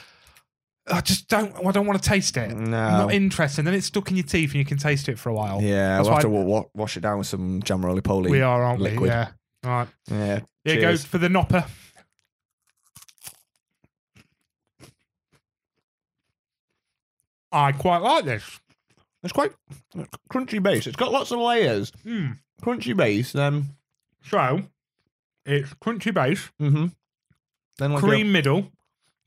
S1: I just don't. I don't want to taste it.
S2: No.
S1: not interesting. Then it's stuck in your teeth and you can taste it for a while.
S2: Yeah,
S1: That's
S2: we'll have to
S1: why-
S2: wa- wa- wash it down with some jam roly poly.
S1: we are, aren't we?
S2: Liquid.
S1: Yeah. All right.
S2: Yeah.
S1: Here
S2: cheers.
S1: goes for the nopper. I quite like this.
S2: It's quite crunchy base. It's got lots of layers.
S1: Hmm.
S2: Crunchy base, then
S1: So it's crunchy base,
S2: mm-hmm. then like
S1: cream middle,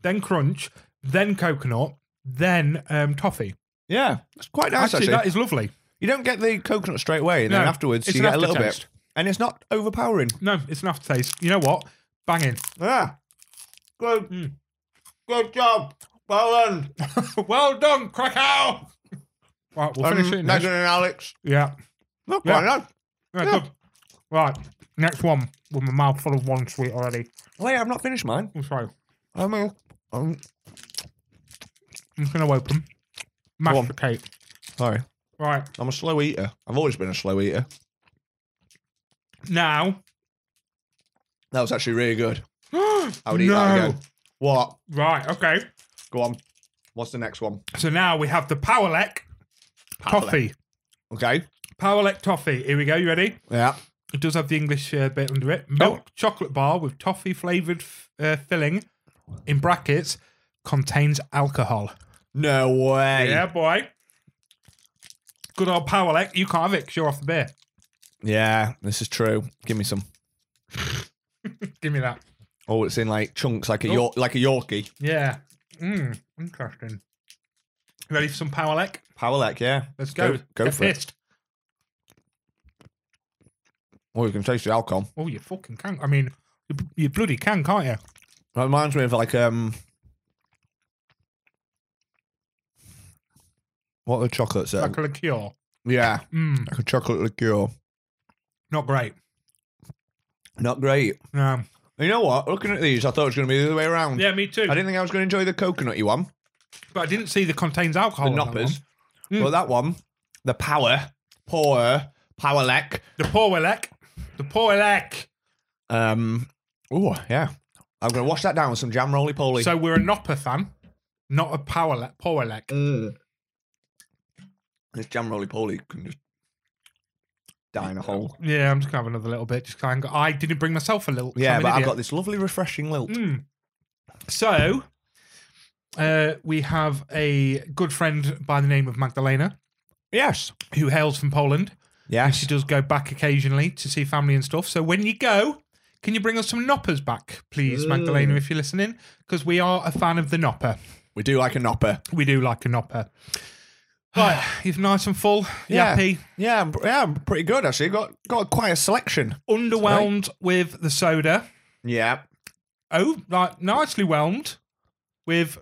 S1: then crunch, then coconut, then um, toffee.
S2: A, yeah, it's quite nice
S1: Actually,
S2: actually.
S1: that is lovely.
S2: you don't get the coconut straight away, and then
S1: No,
S2: afterwards you
S1: it's
S2: get
S1: an
S2: a little
S1: aftertaste.
S2: bit, and it's not overpowering.
S1: No, it's an aftertaste. You know what? Banging.
S2: Yeah, Ah. good,
S1: Mm.
S2: good job. Well done,
S1: well done, Krakow. Right, we'll
S2: Um,
S1: finish it. Next.
S2: Alex.
S1: Yeah.
S2: Not
S1: Yeah.
S2: quite enough.
S1: Yeah,
S2: Yeah.
S1: good. Right, next one with my mouth full of one sweet already.
S2: Wait, I've not finished mine.
S1: I'm sorry.
S2: I'm, a, I'm
S1: I'm just going to open.
S2: on.
S1: Masticate.
S2: sorry.
S1: Right.
S2: I'm a slow eater. I've always been a slow eater.
S1: Now.
S2: That was actually really good.
S1: I
S2: I would eat that again. What?
S1: Right, okay.
S2: Go on. What's the next one?
S1: So now we have the Powerlec toffee.
S2: Okay.
S1: Powerlec toffee. Here we go. You ready?
S2: Yeah.
S1: It does have the English uh, bit under
S2: Oh.
S1: it. Milk chocolate bar with toffee flavored f- uh, filling, in brackets, contains alcohol.
S2: No way.
S1: Yeah, boy. Good old Powerlec. You can't have it 'cause you're off the beer.
S2: Yeah, this is true. Give me some.
S1: Give me that.
S2: Oh, it's in like chunks, like a York, like a Yorkie.
S1: Yeah. Mm, interesting. Ready for some Powerlec?
S2: Powerleck, yeah.
S1: Let's go.
S2: Go, go
S1: Get
S2: for it.
S1: pissed.
S2: Oh, you can taste the alcohol.
S1: Oh, you fucking can. I mean, you, you bloody can, can't you?
S2: That reminds me of like um, what are the chocolates? That,
S1: Like a liqueur.
S2: yeah,
S1: Mm,
S2: like a chocolate liqueur.
S1: not great.
S2: Not great.
S1: No.
S2: You know what? Looking at these, I thought it was going to be the other way around.
S1: Yeah, me too.
S2: I didn't think I was going to enjoy the coconutty one,
S1: but I didn't see the contains alcohol.
S2: the
S1: on that one.
S2: knoppers,
S1: Mm.
S2: but that one, the power, power, powerleck.
S1: The Powerlec. The Powerlec.
S2: Um, oh yeah, I'm gonna wash that down with some jam roly poly.
S1: So we're a Nopper fan, not a Powerlec. Powerlec.
S2: Mm. this jam roly poly can just die in a hole.
S1: Yeah, I'm just gonna have another little bit. Just 'cause I, ain't got- I didn't bring myself a little.
S2: Yeah,
S1: I'm an
S2: but I've
S1: idiot.
S2: got this lovely refreshing lilt.
S1: Mm. So, uh, we have a good friend by the name of Magdalena
S2: Yes,
S1: who hails from Poland. She
S2: yes.
S1: does go back occasionally to see family and stuff. So when you go, can you bring us some noppers back, please, Magdalena,
S2: Mm.
S1: if you're listening? Because we are a fan of the nopper.
S2: We do like a nopper.
S1: We do like a nopper. Right, you've nice and full,
S2: Yeah.
S1: yappy,
S2: Yeah, I'm- yeah, I'm pretty good actually. Got got quite a selection.
S1: underwhelmed with the soda.
S2: Yeah,
S1: Oh, like nicely whelmed with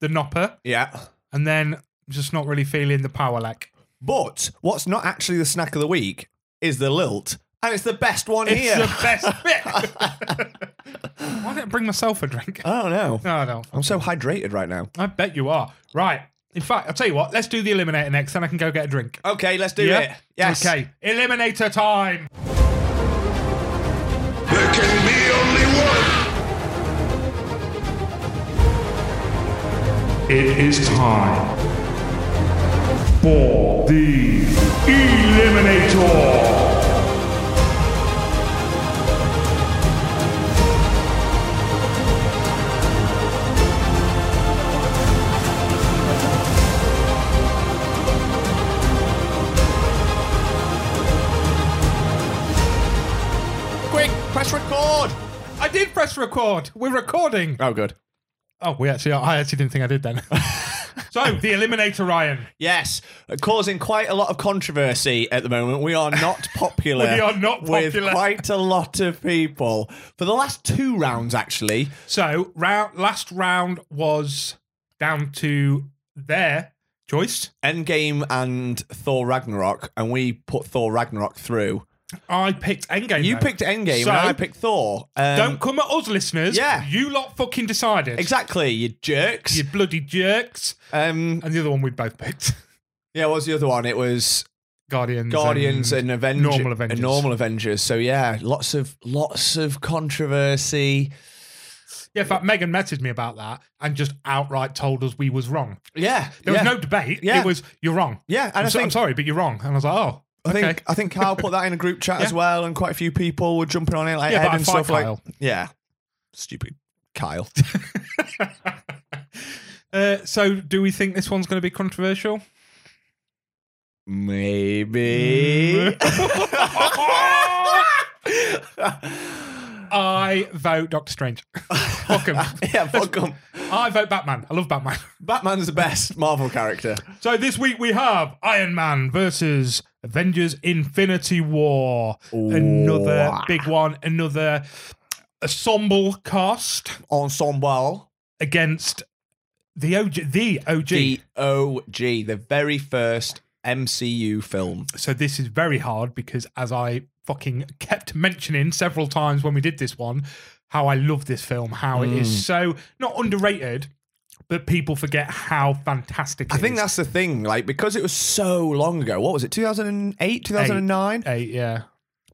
S1: the nopper.
S2: yeah.
S1: and then just not really feeling the power lack.
S2: But what's not actually the snack of the week is the lilt, and it's the best one
S1: It's
S2: here.
S1: the best bit. Why didn't I bring myself a drink?
S2: I don't know.
S1: No, no.
S2: Oh, I'm so hydrated right now.
S1: I bet you are. Right. In fact, I'll tell you what, let's do the eliminator next, then I can go get a drink.
S2: Okay, let's do
S1: Yeah?
S2: it. Yes.
S1: Okay. Eliminator time.
S4: There can be only one. It is time for the Eliminator.
S2: Quick, press record.
S1: I did press record. We're recording.
S2: Oh, good.
S1: Oh, we actually are. I actually didn't think I did then. so, the Eliminator Ryan.
S2: Yes, uh, causing quite a lot of controversy at the moment. We are not popular.
S1: We are not
S2: with
S1: popular.
S2: quite a lot of people for the last two rounds. Actually,
S1: So, round last round was down to their choice.
S2: Endgame and Thor Ragnarok, and we put Thor Ragnarok through.
S1: I picked Endgame.
S2: You
S1: though.
S2: picked Endgame,
S1: So-
S2: and I picked Thor. Um,
S1: Don't come at us, listeners.
S2: Yeah.
S1: You lot fucking decided.
S2: exactly, you jerks.
S1: You bloody jerks.
S2: um,
S1: And the other one we both picked
S2: yeah, what was the other one? It was
S1: Guardians.
S2: Guardians and, Avengers.
S1: um, Normal Avengers.
S2: normal Avengers. So yeah, lots of lots of controversy.
S1: Yeah, in fact, Megan messaged me about that and just outright told us we was wrong.
S2: Yeah,
S1: There was
S2: yeah.
S1: no debate.
S2: Yeah.
S1: It was you're wrong.
S2: Yeah, and
S1: I'm,
S2: I
S1: so- I'm
S2: think-
S1: sorry, but you're wrong. And I was like, oh,
S2: I
S1: okay.
S2: think I think Kyle put that in a group chat as
S1: Yeah.
S2: well, and quite a few people were jumping on it like
S1: Yeah,
S2: Ed
S1: but I
S2: and
S1: fight
S2: stuff
S1: Kyle.
S2: like yeah, stupid Kyle.
S1: uh, so, do we think this one's going to be controversial?
S2: Maybe.
S1: Oh! I vote Doctor Strange. Fuck him.
S2: yeah, fuck 'em.
S1: I vote Batman. I love Batman.
S2: Batman's the best Marvel character.
S1: So this week we have Iron Man versus Avengers Infinity War. Another
S2: Ooh.
S1: big one. Another ensemble cast
S2: Ensemble.
S1: against the OG. The OG.
S2: The OG, the very first MCU film.
S1: so this is very hard because as I fucking kept mentioning several times when we did this one, how I love this film, how it
S2: Mm.
S1: is so not underrated, but people forget how fantastic it
S2: I think
S1: is.
S2: that's the thing, like, because it was so long ago. What was it, 2008, 2009?
S1: eight, yeah.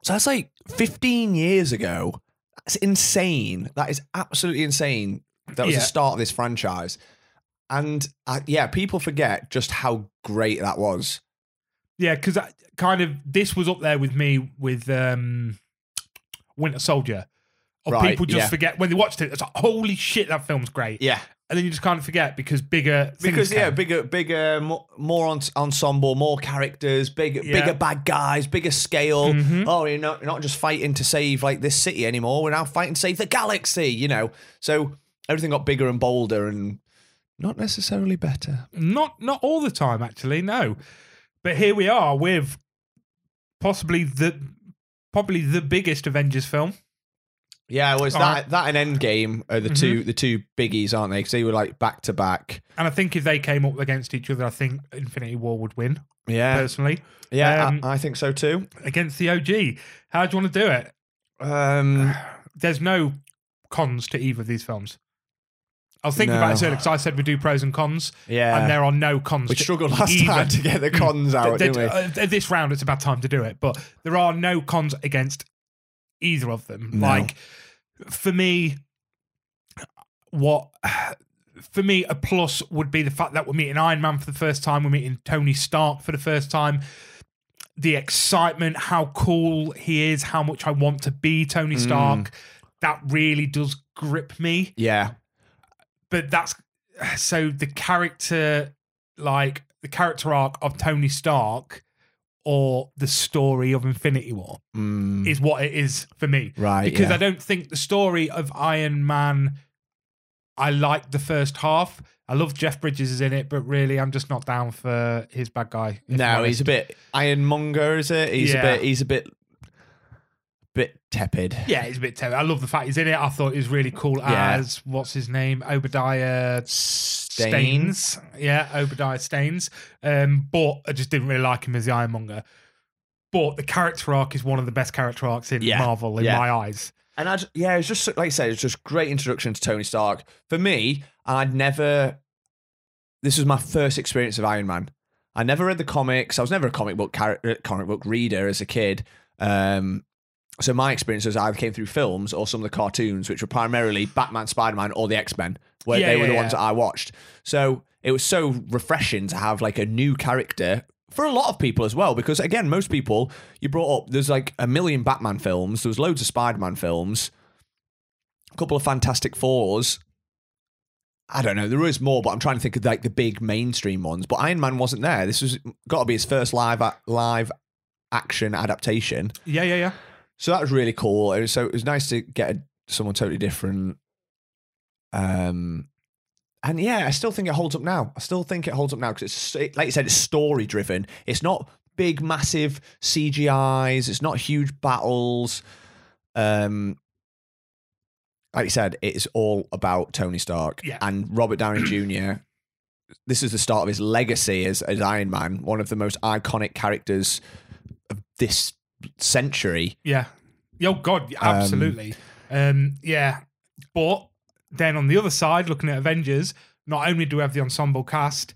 S2: So that's like 15 years ago. That's insane. That is absolutely insane. That was
S1: Yeah.
S2: the start of this franchise. And uh, yeah, people forget just how great that was.
S1: Yeah, because kind of this was up there with me with um, Winter Soldier. Or
S2: Right,
S1: people just
S2: yeah.
S1: forget when they watched it. It's like, holy shit, that film's great.
S2: Yeah.
S1: And then you just kind of forget because bigger things
S2: Because yeah,
S1: came.
S2: bigger, bigger, more, more en- ensemble, more characters, bigger,
S1: Yeah. Mm-hmm.
S2: bigger bad guys, bigger scale. Oh, you're not, you're not just fighting to save like this city anymore. We're now fighting to save the galaxy. You know, so everything got bigger and bolder, and not necessarily better.
S1: not not all the time actually, no. But here we are with possibly the probably the biggest Avengers film.
S2: Yeah, it was
S1: All
S2: that
S1: right.
S2: that and Endgame are the two
S1: Mm-hmm.
S2: the two biggies, aren't they? Because they were like back to back.
S1: And I think if they came up against each other, I think Infinity War would win
S2: Yeah,
S1: personally
S2: yeah,
S1: um,
S2: I, I think so too.
S1: against the OG. How do you want to do it?
S2: Um,
S1: there's no cons to either of these films. I was thinking
S2: No.
S1: about this earlier because I said we do pros and cons,
S2: yeah,
S1: and there are no cons.
S2: we
S1: to
S2: struggled last
S1: either.
S2: time to get the cons out,
S1: Mm. Th-
S2: didn't we?
S1: th- uh, this round, it's a bad time to do it, but there are no cons against either of them.
S2: No.
S1: Like for me, what for me a plus would be the fact that we're meeting Iron Man for the first time, we're meeting Tony Stark for the first time. The excitement, how cool he is, how much I want to be
S2: Mm.
S1: Tony Stark, that really does grip me
S2: yeah,
S1: but that's so the character like the character arc of Tony Stark or the story of Infinity War
S2: Mm,
S1: is what it is for me.
S2: right.
S1: Because
S2: yeah.
S1: I don't think the story of Iron Man I liked the first half. I love Jeff Bridges is in it, but really I'm just not down for his bad guy. if I'm
S2: no,
S1: honest.
S2: he's a bit ironmonger, is it? He's
S1: Yeah.
S2: a bit. He's a bit bit tepid.
S1: Yeah, it's a bit terrible. I love the fact he's in it. I thought he was really cool
S2: Yeah.
S1: as what's his name? Obadiah Staines. Yeah, Obadiah Staines. Um, but I just didn't really like him as the Ironmonger. But the character arc is one of the best character arcs in
S2: Yeah.
S1: Marvel in
S2: Yeah.
S1: my eyes.
S2: And I, yeah, it's just like I said, it's just great introduction to Tony Stark for me. And I'd never. This was my first experience of Iron Man. I never read the comics. I was never a comic book character, comic book reader as a kid. Um, so my experiences either came through films or some of the cartoons, which were primarily Batman, Spider Man, or the X Men, where
S1: Yeah,
S2: they were
S1: yeah,
S2: the
S1: yeah.
S2: ones that I watched. So it was so refreshing to have like a new character for a lot of people as well, because again, most people you brought up there's like a million Batman films, there was loads of Spider Man films, a couple of Fantastic Fours. I don't know. There is more, but I'm trying to think of like the big mainstream ones. But Iron Man wasn't there. This was got to be his first live live action adaptation.
S1: Yeah, yeah, yeah.
S2: So that was really cool. It was so it was nice to get someone totally different. Um, and yeah, I still think it holds up now. I still think it holds up now because it's it, like you said, it's story driven. It's not big, massive CGI's. It's not huge battles. Um, like you said, it's all about Tony Stark
S1: Yeah.
S2: and Robert Downey Jr. This is the start of his legacy as as Iron Man, one of the most iconic characters of this century.
S1: Yeah. Oh God, yeah, absolutely. Um, yeah. But then on the other side, looking at Avengers, not only do we have the ensemble cast,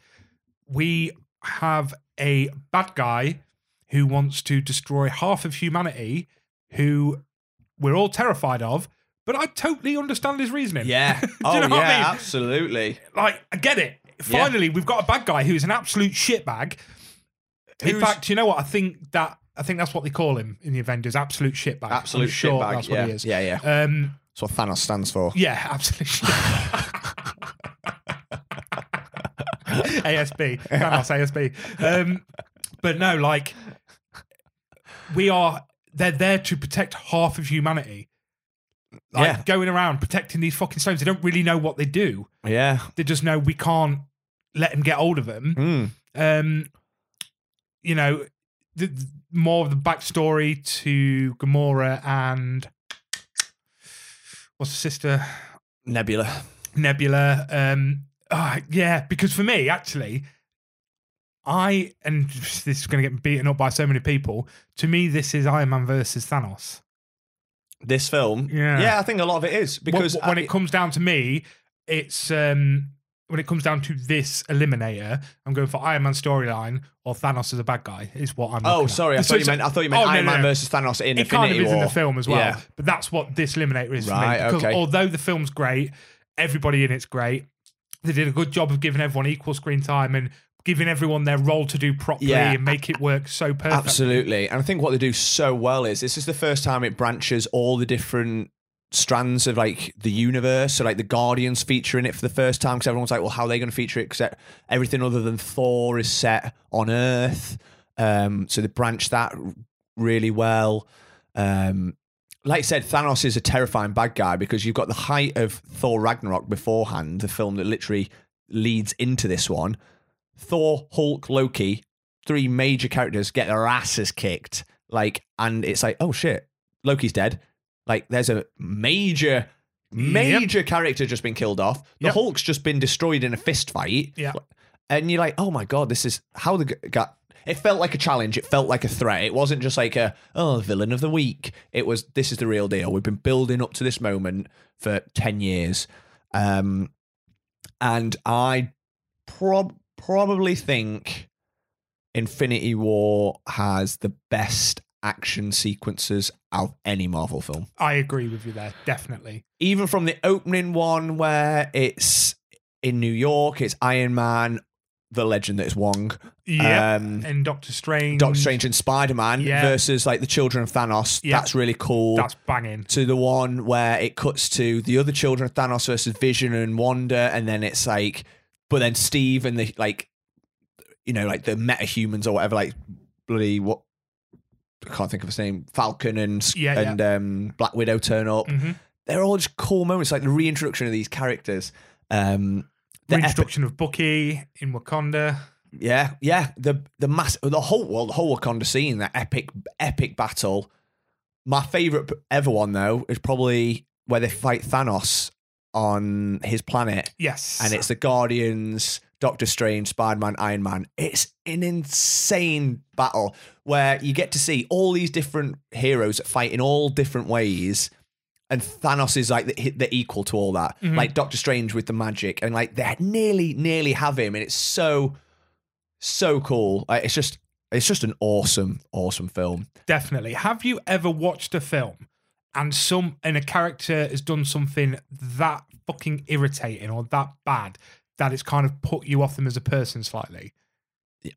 S1: we have a bad guy who wants to destroy half of humanity, who we're all terrified of. But I totally understand his reasoning.
S2: Yeah.
S1: you
S2: oh
S1: know
S2: yeah,
S1: what I mean?
S2: absolutely.
S1: like I get it.
S2: Yeah.
S1: Finally, we've got a bad guy who's an absolute shitbag. In
S2: Who's-
S1: fact, you know what? I think that I think that's what they call him in the Avengers. Absolute shitbag.
S2: Absolute
S1: I'm sure
S2: shitbag.
S1: That's
S2: yeah.
S1: what he is.
S2: yeah, yeah.
S1: Um,
S2: That's what Thanos stands for.
S1: yeah, absolutely. ASB, Thanos ASB. Um, but no, like we are. They're there to protect half of humanity. Like
S2: Yeah.
S1: going around protecting these fucking stones. They don't really know what they do
S2: Yeah.
S1: they just know we can't let him get hold of them.
S2: Mm.
S1: Um, you know, the, the- more of the backstory to Gamora and what's her sister
S2: Nebula.
S1: Nebula. Um, ah, yeah, because for me, actually, I and this is going to get beaten up by so many people. To me, this is Iron Man versus Thanos.
S2: This film.
S1: Yeah.
S2: Yeah, I think a lot of it is because
S1: when, when it comes down to me, it's um, when it comes down to this eliminator, I'm going for Iron Man storyline or Thanos as a bad guy. Is what I'm. looking
S2: Oh,
S1: at.
S2: sorry. I
S1: So-
S2: thought you
S1: so-
S2: meant I thought you meant
S1: oh, no,
S2: Iron
S1: no,
S2: Man
S1: no.
S2: versus Thanos in
S1: It kind
S2: Infinity
S1: of is
S2: War.
S1: in the film as well,
S2: Yeah.
S1: but that's what this eliminator is
S2: Right,
S1: for me. Because
S2: okay.
S1: although the film's great, everybody in it's great. They did a good job of giving everyone equal screen time and giving everyone their role to do properly
S2: Yeah.
S1: and make it work so perfectly.
S2: Absolutely. And I think what they do so well is this is the first time it branches all the different strands of like the universe. So like the Guardians feature in it for the first time because everyone's like, well, how are they going to feature it? Because everything other than Thor is set on Earth. Um, so they branch that r- really well. Um, like I said, Thanos is a terrifying bad guy because you've got the height of Thor Ragnarok beforehand, the film that literally leads into this one. Thor, Hulk, Loki, three major characters get their asses kicked. Like, and it's like, oh shit, Loki's dead. Like, there's a major, major character just been killed off. The
S1: Yep.
S2: Hulk's just been destroyed in a fist fight.
S1: Yeah.
S2: And you're like, oh my God, this is how the g- got. It felt like a challenge. It felt like a threat. It wasn't just like a, oh, villain of the week. It was, this is the real deal. We've been building up to this moment for 10 years. Um, and I prob- probably think Infinity War has the best action sequences out of any Marvel film.
S1: I agree with you there, definitely.
S2: Even from the opening one where it's in New York, it's Iron Man, the legend that is Wong,
S1: Yeah.
S2: um,
S1: and Doctor Strange.
S2: Doctor Strange and Spider Man
S1: Yeah.
S2: versus like the children of Thanos.
S1: Yeah.
S2: That's really cool.
S1: That's banging.
S2: to the one where it cuts to the other children of Thanos versus Vision and Wanda, and then it's like, but then Steve and the like, you know, like the metahumans or whatever, like bloody what I can't think of his name, Falcon and
S1: Yeah, yeah.
S2: and Um, Black Widow turn up.
S1: Mhm.
S2: They're all just cool moments, like the reintroduction of these characters. Um, the epic
S1: Reintroduction of Bucky in Wakanda.
S2: yeah, yeah. The the mass, the whole world, the whole Wakanda scene, that epic, epic battle. My favorite ever one though is probably where they fight Thanos on his planet,
S1: Yes.
S2: and it's the Guardians, Doctor Strange, Spider Man, Iron Man. It's an insane battle where you get to see all these different heroes that fight in all different ways. And Thanos is like the, the equal to all that,
S1: Mhm.
S2: like Doctor Strange with the magic, and like they nearly, nearly have him, and it's so, so cool. Like, it's just, it's just an awesome, awesome film.
S1: definitely. Have you ever watched a film and some and a character has done something that fucking irritating or that bad that it's kind of put you off them as a person slightly?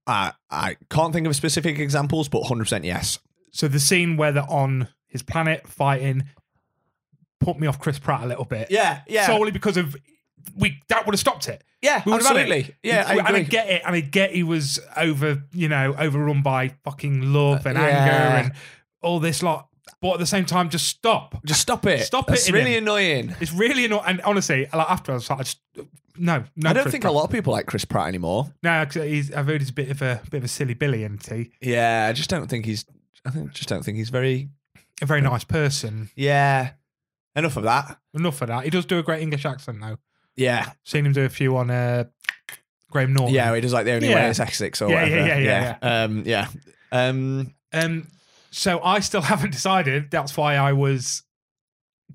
S2: I I can't think of specific examples, but 100% yes.
S1: So the scene where they're on his planet fighting put me off Chris Pratt a little bit.
S2: Yeah, yeah,
S1: Solely because of we that would have stopped it.
S2: yeah,
S1: We would've had it.
S2: absolutely. Yeah, I
S1: and I
S2: agree.
S1: get it, and I get he was over, you know, overrun by fucking love and
S2: Uh, yeah.
S1: anger and all this lot. But at the same time, just stop.
S2: Just stop it.
S1: Stop
S2: That's
S1: it,
S2: really
S1: Ian.
S2: annoying.
S1: It's really annoying. And honestly, like after I was like, I just, no, no.
S2: I don't
S1: Chris
S2: think
S1: Pratt.
S2: a lot of people like Chris Pratt anymore.
S1: No, 'cause he's, I've heard he's a bit of a bit of a silly Billy, and he
S2: Yeah, I just don't think he's. I think just don't think he's very.
S1: a very nice person.
S2: Yeah. Enough of that.
S1: Enough of that. He does do a great English accent though.
S2: Yeah.
S1: Seen him do a few on uh, Graham Norton.
S2: Yeah, he does like the only
S1: Yeah.
S2: way is Essex or
S1: Yeah,
S2: whatever.
S1: yeah, yeah, yeah,
S2: yeah. Um, yeah. Um,
S1: Um, so I still haven't decided. That's why I was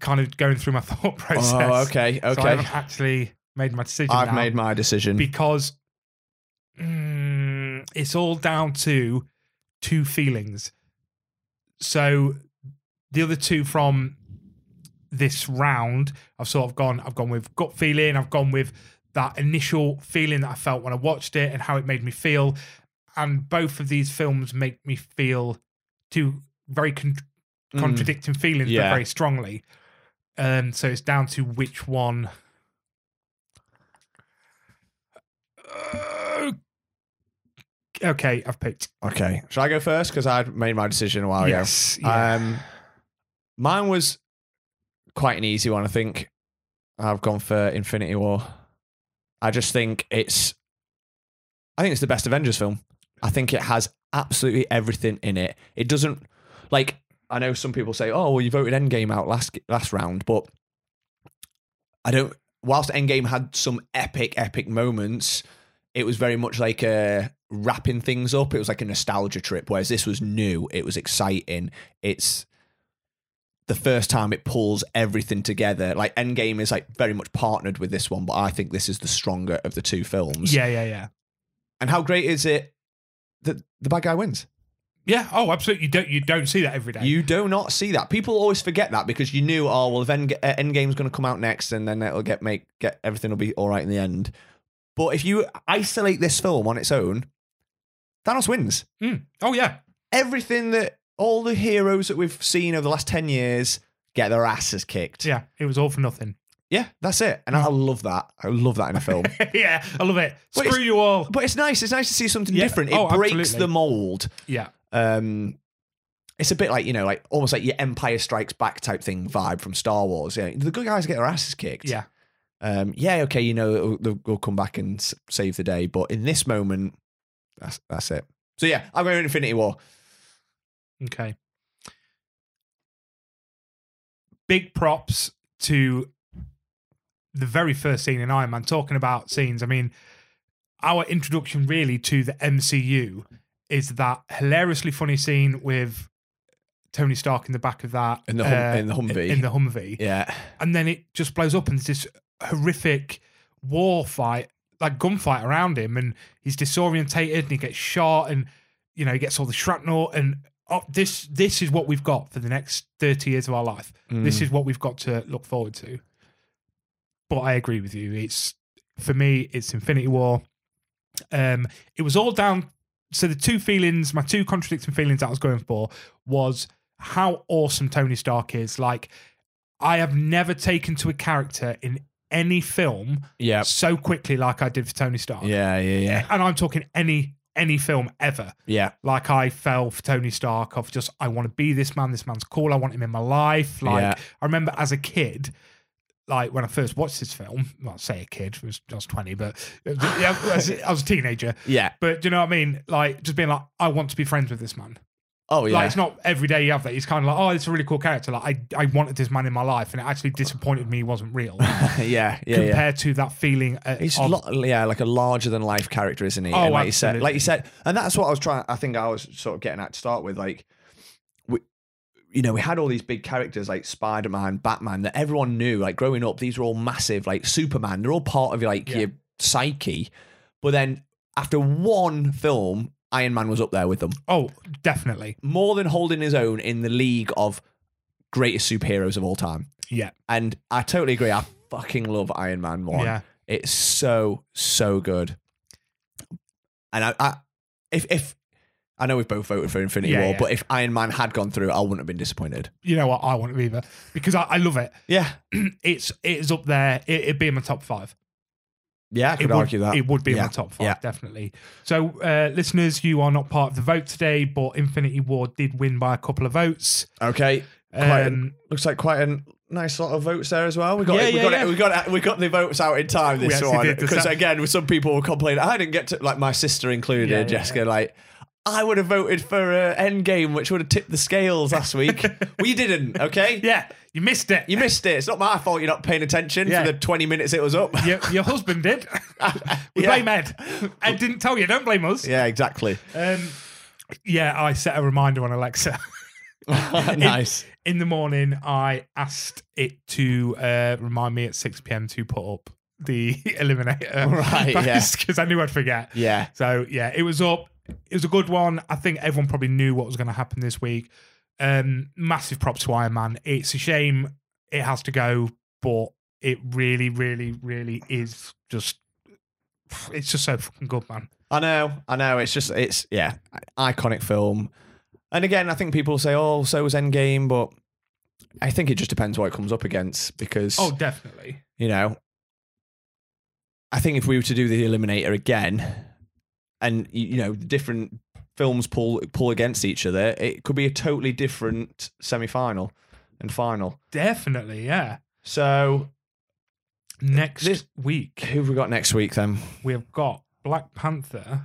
S1: kind of going through my thought process.
S2: oh, okay,
S1: So I
S2: okay.
S1: haven't actually made my decision.
S2: I've
S1: now
S2: made my decision.
S1: because mm, it's all down to two feelings. So the other two from this round, I've sort of gone. I've gone with gut feeling. I've gone with that initial feeling that I felt when I watched it and how it made me feel. And both of these films make me feel two very con-
S2: Mm.
S1: contradicting feelings, but
S2: Yeah.
S1: very strongly. Um, so it's down to which one. Uh, okay, I've picked.
S2: Okay. Shall I go first? Because I'd made my decision a while ago.
S1: yes. yeah.
S2: Oh, Um, mine was quite an easy one. I think I've gone for Infinity War. I just think it's, I think it's the best Avengers film. I think it has absolutely everything in it. It doesn't like I know some people say, "Oh, well, you voted Endgame out last last round," but I don't. Whilst Endgame had some epic, epic moments, it was very much like a wrapping things up. It was like a nostalgia trip, whereas this was new. It was exciting. It's the first time it pulls everything together. Like Endgame is like very much partnered with this one, but I think this is the stronger of the two films.
S1: yeah, yeah, yeah.
S2: And how great is it that the bad guy wins?
S1: Yeah. Oh, absolutely. You don't you don't see that every day.
S2: You do not see that. People always forget that because you knew, oh well, if End, uh, Endgame's going to come out next, and then it'll get make get everything will be all right in the end. But if you isolate this film on its own, Thanos wins.
S1: Mm. Oh yeah.
S2: Everything that all the heroes that we've seen over the last ten years get their asses kicked.
S1: Yeah. Mm. It was all for nothing.
S2: Yeah, that's it. And I love that. I love that in a film.
S1: yeah, I love it.
S2: But
S1: Screw
S2: it's-
S1: you all.
S2: but it's nice. It's nice to see something
S1: Yeah.
S2: different. It
S1: Oh,
S2: breaks
S1: absolutely.
S2: the mold.
S1: Yeah.
S2: um it's a bit like you know like almost like your empire strikes back type thing vibe from star wars yeah the good guys get their asses kicked
S1: Yeah.
S2: um yeah okay you know they'll- they'll, they'll come back and s- save the day but in this moment that's that's it so yeah i'm going infinity war
S1: Okay. Big props to the very first scene in Iron Man. Talking about scenes, I mean, our introduction really to the MCU is that hilariously funny scene with Tony Stark in the back of that uh,
S2: In the hum- in the Humvee.
S1: in the Humvee,
S2: yeah
S1: and then it just blows up and it's this horrific war fight, like gunfight around him, and he's disorientated and he gets shot and you know he gets all the shrapnel and oh, this this is what we've got for the next thirty years of our life. This is what we've got to look forward to. But I agree with you. It's for me, it's Infinity War. Um, it was all down. So the two feelings, my two contradicting feelings that I was going for was how awesome Tony Stark is. Like, I have never taken to a character in any film
S2: yeah
S1: so quickly like I did for Tony Stark.
S2: yeah yeah yeah
S1: And I'm talking any any film ever
S2: yeah
S1: like I fell for Tony Stark of just I want to be this man. This man's cool. I want him in my life. Like
S2: Yeah.
S1: I remember as a kid, like when I first watched this film. Well, I say a kid, I was, I was twenty, but it was- yeah, I was, I was a teenager.
S2: yeah
S1: But do you know what I mean? Like just being like, I want to be friends with this man.
S2: Oh yeah.
S1: Like it's not every day you have that. He's kind of like, oh, it's a really cool character. Like I, I wanted this man in my life, and it actually disappointed me. He wasn't real
S2: yeah, yeah, yeah.
S1: compared to that feeling. uh,
S2: He's
S1: of-
S2: lo- yeah, like a larger than life character, isn't he?
S1: Oh,
S2: and like you said,
S1: absolutely.
S2: like you said, and that's what I was trying. I think I was sort of getting at to start with, like we, you know, we had all these big characters like Spider Man, Batman, that everyone knew. Like growing up, these were all massive. Like Superman, they're all part of like
S1: Yeah.
S2: your psyche. But then after one film, Iron Man was up there with them,
S1: oh, definitely,
S2: more than holding his own in the league of greatest superheroes of all time.
S1: yeah,
S2: And I totally agree. I fucking love Iron Man one.
S1: yeah.
S2: It's so so good. And I, I if if I know we've both voted for Infinity
S1: Yeah,
S2: War,
S1: yeah.
S2: but if Iron Man had gone through, I wouldn't have been disappointed.
S1: You know what? I want to be there because I, I love it.
S2: Yeah,
S1: It's it is up there. It, it'd be in my top five.
S2: yeah, I could
S1: it would,
S2: argue that
S1: It would be in
S2: Yeah,
S1: my top five,
S2: yeah.
S1: definitely. So, uh, listeners, you are not part of the vote today, but Infinity War did win by a couple of votes.
S2: Okay, quite an-
S1: Um,
S2: looks like quite a nice lot of votes there as well. We got
S1: Yeah,
S2: we
S1: yeah,
S2: got
S1: yeah.
S2: It, we got it- we got the votes out in time
S1: We
S2: this
S1: actually
S2: one
S1: did the
S2: because
S1: sa-
S2: again, some people were complaining. I didn't get to like my sister included,
S1: Yeah, yeah,
S2: Jessica. Like I would have voted for uh, Endgame, which would have tipped the scales last week. we didn't. Okay,
S1: yeah, you missed it.
S2: You missed it. It's not my fault you're not paying attention
S1: Yeah.
S2: for the 20 minutes it was up.
S1: your, your husband did. we
S2: Yeah.
S1: blame Ed. Ed didn't tell you. Don't blame us.
S2: Yeah, exactly.
S1: Um, yeah, I set a reminder on Alexa.
S2: nice.
S1: In the morning, I asked it to uh, remind me at 6 p.m. to put up the Eliminator.
S2: Right, yeah.
S1: Because I knew I'd forget.
S2: Yeah.
S1: So yeah, it was up. It was a good one. I think everyone probably knew what was going to happen this week. Um, massive props to Iron Man. It's a shame it has to go, but it really, really, really is just. It's just so fucking good, man.
S2: I know. I know. It's just, it's, yeah, iconic film. And again, I think people say, oh, so was Endgame, but I think it just depends what it comes up against because,
S1: Oh, definitely.
S2: you know, I think if we were to do the Eliminator again and, you you know, different films pull pull against each other, it could be a totally different semi final and final.
S1: Definitely, yeah.
S2: So
S1: Next
S2: This-
S1: week
S2: Who've we got next week then?
S1: we have got Black Panther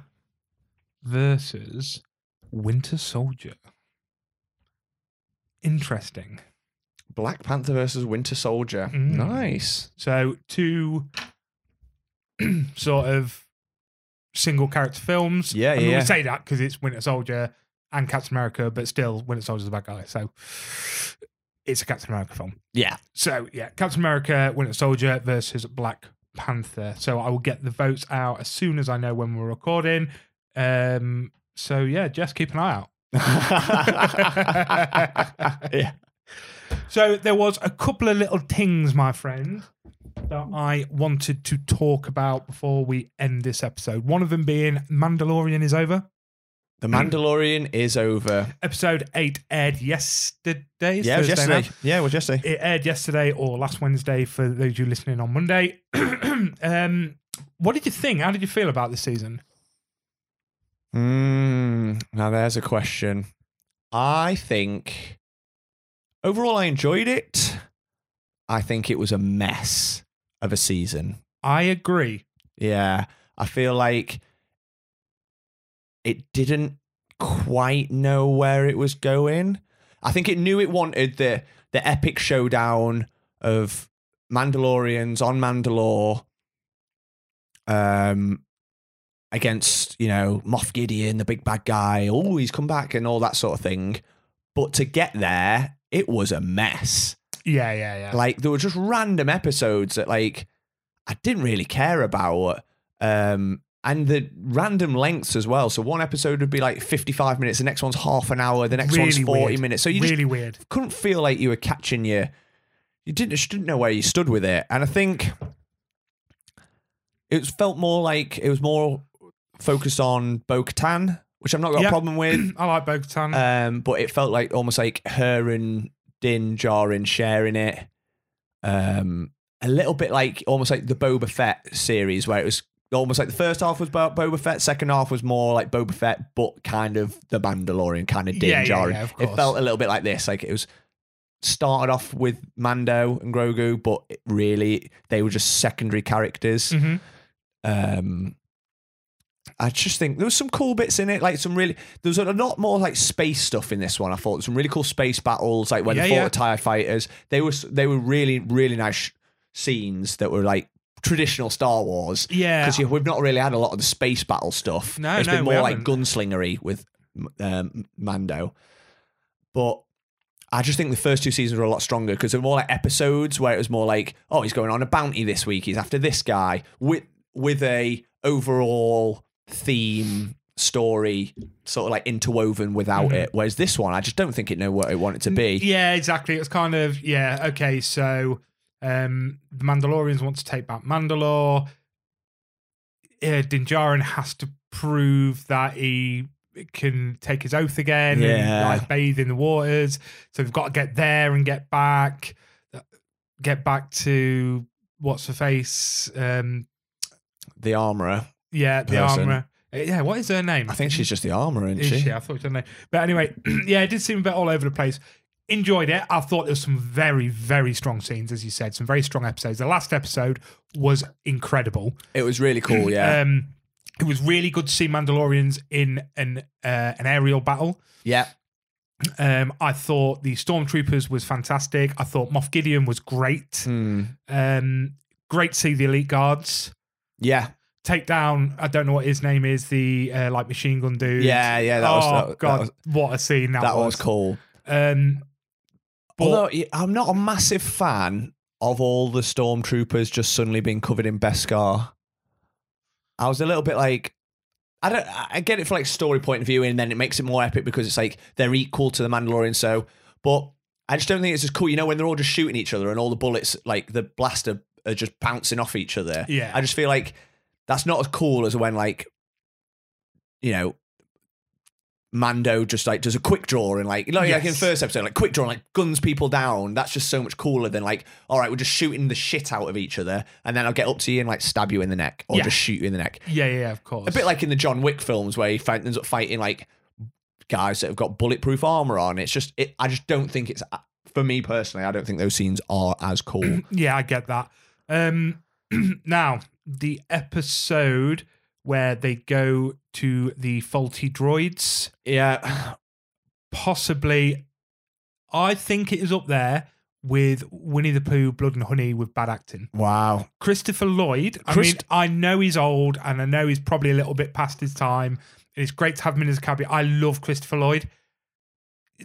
S1: versus Winter Soldier. Interesting.
S2: Black Panther versus Winter Soldier.
S1: Mm.
S2: Nice.
S1: So two sort of single character films.
S2: Yeah,
S1: I mean,
S2: yeah, yeah.
S1: We say that because it's Winter Soldier and Captain America, but still Winter Soldier's the bad guy. So it's a Captain America film.
S2: Yeah.
S1: So yeah, Captain America, Winter Soldier versus Black Panther. So I will get the votes out as soon as I know when we're recording. Um, so yeah, just keep an eye out.
S2: yeah.
S1: So there was a couple of little things, my friend, that I wanted to talk about before we end this episode. One of them being Mandalorian is over.
S2: The Mandalorian is over.
S1: Episode eight aired yesterday. It's
S2: yeah, it was
S1: Thursday now.
S2: yesterday. Yeah, it was yesterday.
S1: It aired yesterday or last Wednesday for those of you listening on Monday. um, what did you think? How did you feel about this season?
S2: Mm, now there's a question. I think overall I enjoyed it. I think it was a mess of a season.
S1: I agree.
S2: Yeah. I feel like it didn't quite know where it was going. I think it knew it wanted the the epic showdown of Mandalorians on Mandalore um against, you know, Moff Gideon, the big bad guy. Oh, he's come back and all that sort of thing. But to get there, it was a mess.
S1: Yeah, yeah, yeah.
S2: Like there were just random episodes that like I didn't really care about. Um and the random lengths as well. So one episode would be like 55 minutes, the next one's half an hour, the next one's
S1: Really
S2: 40
S1: weird.
S2: minutes. So you
S1: really weird.
S2: just couldn't feel like you were catching your you didn't just didn't know where you stood with it. And I think it felt more like it was more focused on Bo Katan, which I've not got
S1: Yeah.
S2: a problem with.
S1: I like Bogotan.
S2: Um, but it felt like almost like her and Din Djarin sharing it. Um, a little bit like almost like the Boba Fett series, where it was almost like the first half was about Boba Fett, second half was more like Boba Fett, but kind of the Mandalorian kind of Din
S1: Yeah, yeah,
S2: Djarin.
S1: yeah, of
S2: it
S1: course.
S2: felt a little bit like this, like it was started off with Mando and Grogu, but it
S1: Mm-hmm.
S2: really they were just secondary characters.
S1: Mhm.
S2: Um, I just think there was some cool bits in it, like some really. There was a lot more like space stuff in this one. I thought some really cool space battles, like when
S1: Yeah,
S2: they fought
S1: yeah.
S2: the Tie Fighters. They were they were really really nice scenes that were like traditional Star Wars.
S1: Yeah.
S2: because we've not really had a lot of the space battle stuff.
S1: No,
S2: it's
S1: no,
S2: been
S1: we
S2: more like
S1: haven't.
S2: gunslingery with um, Mando, but. I just think the first two seasons were a lot stronger because they're more like episodes where it was more like, oh, he's going on a bounty this week. He's after this guy with with a overall theme story sort of like interwoven without it. Whereas this one, I just don't think it knew what it wanted to be.
S1: Mm-hmm. Yeah, exactly. It's kind of yeah. Okay, so um, the Mandalorians want to take back Mandalore. Uh, Din Djarin has to prove that he can take his oath again and
S2: Yeah.
S1: like, bathe in the waters. So we've got to get there and get back, uh, get back to what's the face? Um,
S2: The armorer,
S1: yeah, the
S2: Person.
S1: armor. Yeah, what is her name?
S2: I think she's just the armorer, isn't
S1: Is
S2: she?
S1: she? I thought she didn't know. But anyway, yeah, it did seem a bit all over the place. Enjoyed it. I thought there was some very, very strong scenes, as you said, some very strong episodes. The last episode was incredible.
S2: It was really cool. Yeah,
S1: Um, it was really good to see Mandalorians in an uh, an aerial battle.
S2: yeah.
S1: Um, I thought the stormtroopers was fantastic. I thought Moff Gideon was great.
S2: Hmm.
S1: Um, great to see the elite guards
S2: Yeah,
S1: take down. I don't know what his name is. The uh, like machine gun dude.
S2: yeah, yeah. That
S1: oh
S2: was that, that
S1: god,
S2: was,
S1: what a scene that,
S2: that
S1: was.
S2: was cool.
S1: Um, but
S2: Although y- I'm not a massive fan of all the stormtroopers just suddenly being covered in Beskar. I was a little bit like, I don't, I I get it for like story point of view, and then it makes it more epic because it's like they're equal to the Mandalorian. So, but I just don't think it's as cool. You know, when they're all just shooting each other and all the bullets, like the blaster, are just bouncing off each other.
S1: Yeah.
S2: I just feel like that's not as cool as when like, you know. Mando just like does a quick draw and like you know, like in
S1: Yes.
S2: first episode like quick draw and like guns people down that's just so much cooler than like all right we're just shooting the shit out of each other and then I'll get up to you and like stab you in the neck or
S1: Yeah.
S2: just shoot you in the neck
S1: yeah, yeah, yeah, of course.
S2: a bit like in the John Wick films where he fight, ends up fighting like guys that have got bulletproof armor on. It's just, it, I just don't think it's uh, for me personally. I don't think those scenes are as cool.
S1: yeah, I get that. Um, now the episode where they go to the faulty droids,
S2: yeah,
S1: possibly, I think it is up there with Winnie the Pooh, Blood and Honey with bad acting.
S2: wow.
S1: Christopher Lloyd. I
S2: Christ-
S1: mean, I know he's old, and I know he's probably a little bit past his time. And it's great to have him in as a cabbie. I love Christopher Lloyd.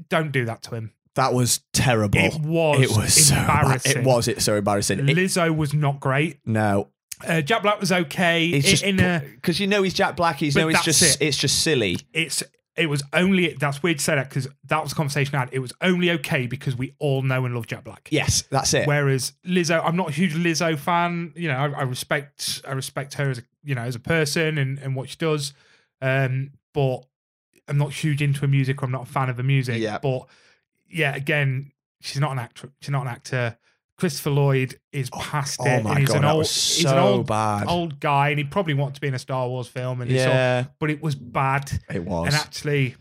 S1: Don't do that to him.
S2: That was terrible.
S1: It was
S2: It was so embar-
S1: embarrassing.
S2: It was it so embarrassing. It-
S1: Lizzo was not great.
S2: no,
S1: Uh, Jack Black was okay.
S2: it's
S1: It-
S2: just
S1: in a,
S2: because you know he's Jack Black. He's
S1: But
S2: no, it's
S1: that's
S2: just
S1: it.
S2: it's just silly.
S1: it's it was only that's weird to say that because that was a conversation I had. It was only okay because we all know and love Jack Black.
S2: Yes, that's it.
S1: Whereas Lizzo, I'm not a huge Lizzo fan. You know, I, I respect I respect her as a you know as a person and and what she does. Um, but I'm not huge into her music. I'm not a fan of her music.
S2: Yeah.
S1: But yeah, again, she's not an actor. She's not an actor. Christopher Lloyd is past
S2: oh
S1: it.
S2: my
S1: and he's
S2: god,
S1: an
S2: that
S1: old,
S2: was
S1: he's an
S2: so
S1: old,
S2: bad.
S1: old guy, and he probably wanted to be in a Star Wars film. And it's all-
S2: yeah,
S1: but it was bad
S2: it was.
S1: and actually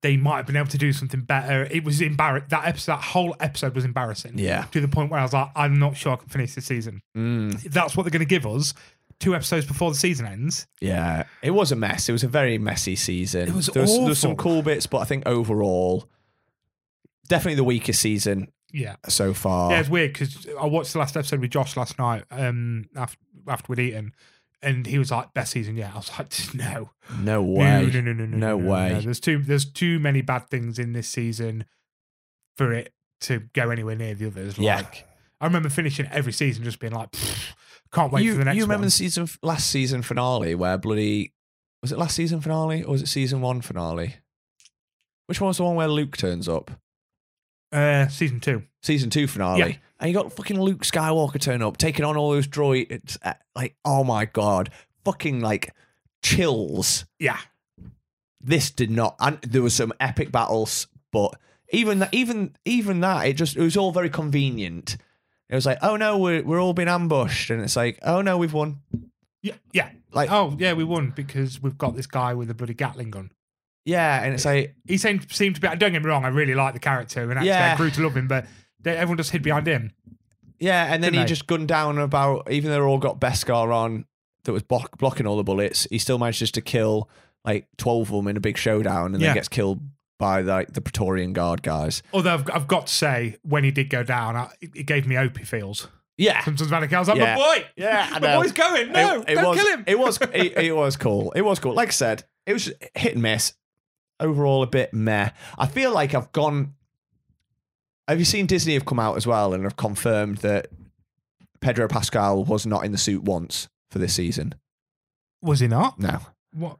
S1: they might have been able to do something better. It was embarrassing. That episode, that whole episode was embarrassing.
S2: Yeah.
S1: To the point where I was like, I'm not sure I can finish this season.
S2: Mm,
S1: If that's what they're going to give us two episodes before the season ends.
S2: yeah, it was a mess. It was a very messy season.
S1: It was
S2: there was, there was some
S1: awful.
S2: cool bits, but I think overall, definitely the weakest season
S1: Yeah.
S2: so far.
S1: Yeah, it's weird because I watched the last episode with Josh last night um, after, after we'd eaten. And he was like, best season yet. I was like, no. No,
S2: no way.
S1: No, no, no, no,
S2: No way.
S1: There's too there's too many bad things in this season for it to go anywhere near the others.
S2: Yeah.
S1: Like I remember finishing every season just being like, "Pfft, can't wait
S2: you,
S1: for the next
S2: you remember
S1: one.
S2: the season last season finale where bloody was it last season finale or was it season one finale? Which one was the one where Luke turns up?
S1: uh, season two.
S2: Season two finale,
S1: Yeah.
S2: and you got fucking Luke Skywalker turn up, taking on all those droids. uh, Like, oh my god, fucking like chills.
S1: Yeah.
S2: this did not and there was some epic battles but even that even even that it just it was all very convenient it was like oh no we're, we're all being ambushed and it's like oh no we've won
S1: Yeah. Yeah.
S2: Like-
S1: oh yeah, we won because we've got this guy with a bloody Gatling gun.
S2: yeah and it's like
S1: He seemed seemed to be. Don't get me wrong, I really like the character and actually
S2: Yeah.
S1: I grew to love him, but they, everyone just hid behind him.
S2: yeah and then
S1: Didn't
S2: he
S1: they?
S2: just gunned down about even though they all got beskar on that was block- blocking all the bullets. He still manages to kill like twelve of them in a big showdown, and
S1: Yeah.
S2: then gets killed by like the Praetorian Guard guys.
S1: Although I've, I've got to say, when he did go down, I, it it gave me Opie feels.
S2: Yeah,
S1: Sometimes Manic, I was like,
S2: Yeah.
S1: my boy,
S2: yeah. I
S1: my
S2: know.
S1: boy's going. No,
S2: it, it
S1: don't
S2: was,
S1: kill him.
S2: It was it, it was cool. It was cool. Like I said, it was just hit and miss. Overall, a bit meh. I feel like I've gone. Have you seen Disney have come out as well and have confirmed that Pedro Pascal was not in the suit once for this season?
S1: was he not?
S2: No.
S1: What?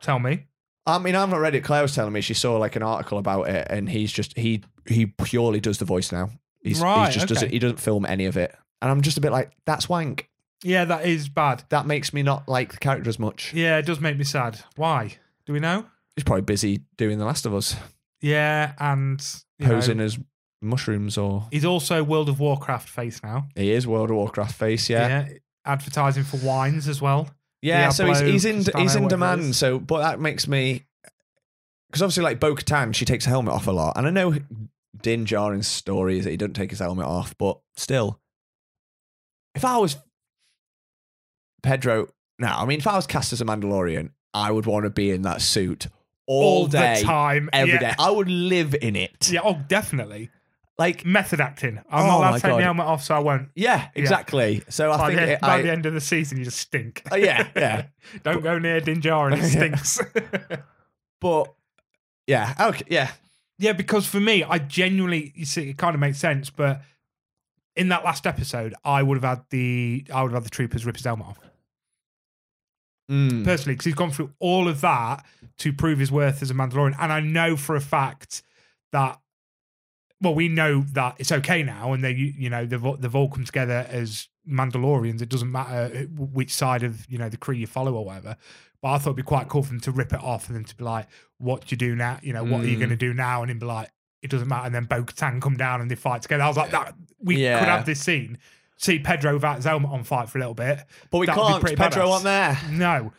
S1: Tell me.
S2: I mean, I've not read it. Claire was telling me she saw like an article about it, and he's just he he purely does the voice now. He's,
S1: Right,
S2: he just doesn't
S1: okay.
S2: he doesn't film any of it, and I'm just a bit like that's wank.
S1: Yeah, that is bad.
S2: That makes me not like the character as much.
S1: Yeah, it does make me sad. Why? Do we know?
S2: He's probably busy doing The Last of Us.
S1: Yeah, and you know,
S2: posing as mushrooms or
S1: he's also World of Warcraft face now.
S2: he is World of Warcraft face, yeah.
S1: yeah, advertising for wines as well.
S2: Yeah, so he's,
S1: Diablo,
S2: he's in
S1: Castano,
S2: he's
S1: whatever
S2: in
S1: it
S2: demand.
S1: is.
S2: So, but that makes me because obviously, like Bo Katan, she takes her helmet off a lot, and I know Din Djarin's story is that he doesn't take his helmet off, but still, if I was Pedro, no, I mean, if I was cast as a Mandalorian, I would want to be in that suit all, day,
S1: the time,
S2: every
S1: yeah.
S2: day. I would live in it.
S1: Yeah, Mm. oh, definitely.
S2: Like,
S1: Method acting. I'm
S2: Oh
S1: not allowed
S2: my
S1: to take
S2: God.
S1: the helmet off, so I won't.
S2: yeah, exactly. So I
S1: by
S2: think
S1: the,
S2: it,
S1: by
S2: I-
S1: the end of the season, you just stink.
S2: Oh, yeah, yeah.
S1: Don't go near Dinjar and it
S2: Yeah.
S1: stinks.
S2: But yeah, okay, yeah,
S1: yeah, because for me, I genuinely, you see, it kind of makes sense, but in that last episode, I would have had the, I would have had the troopers rip his helmet off.
S2: Mm.
S1: personally because he's gone through all of that to prove his worth as a Mandalorian. And I know for a fact that, well, we know that it's okay now, and they, you know, they've they've all come together as Mandalorians. It doesn't matter which side of you know the crew you follow or whatever. But I thought it'd be quite cool for them to rip it off and then to be like, "What do you do now? You know, what are you
S2: Mm.
S1: going to do now?" And then be like, "It doesn't matter." And then Bo-Katan come down and they fight together. I was like, "That we
S2: Yeah.
S1: could have this scene." See Pedro without his helmet on fight for a little bit.
S2: but we
S1: That would be
S2: can't. 'cause
S1: pretty
S2: Pedro
S1: badass.
S2: on there.
S1: No.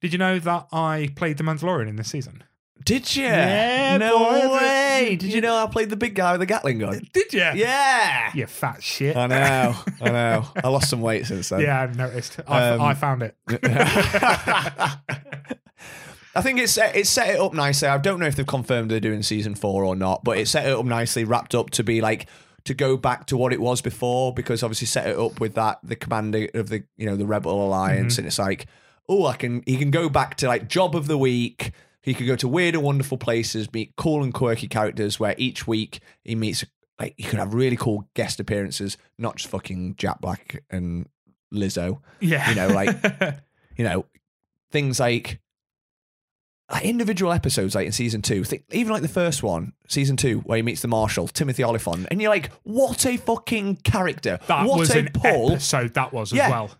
S1: Did you know that I played the Mandalorian in this season?
S2: Did you?
S1: Yeah,
S2: no
S1: boy,
S2: way.
S1: the-
S2: Did you know I played the big guy with the Gatling gun?
S1: Did you?
S2: Yeah.
S1: You fat shit.
S2: I know. I know. I lost some weight since then.
S1: Yeah, I've noticed. I,
S2: Um,
S1: I found it.
S2: I think it's set, it's set it up nicely. I don't know if they've confirmed they're doing season four or not, but it set it up nicely, wrapped up to be like to go back to what it was before because obviously set it up with that the commander of the you know the Rebel Alliance, and it's like oh I can he can go back to like job of the week. He could go to weird and wonderful places, meet cool and quirky characters where each week he meets like he could have really cool guest appearances, not just fucking Jack Black and Lizzo
S1: yeah.
S2: you know, like- you know, things like, like individual episodes, like in season two, think, even like the first one, season two, where he meets the marshal, Timothy Oliphant, and you're like, what a fucking character!
S1: that
S2: what
S1: was
S2: a
S1: an
S2: pull!
S1: episode that was
S2: Yeah.
S1: as well.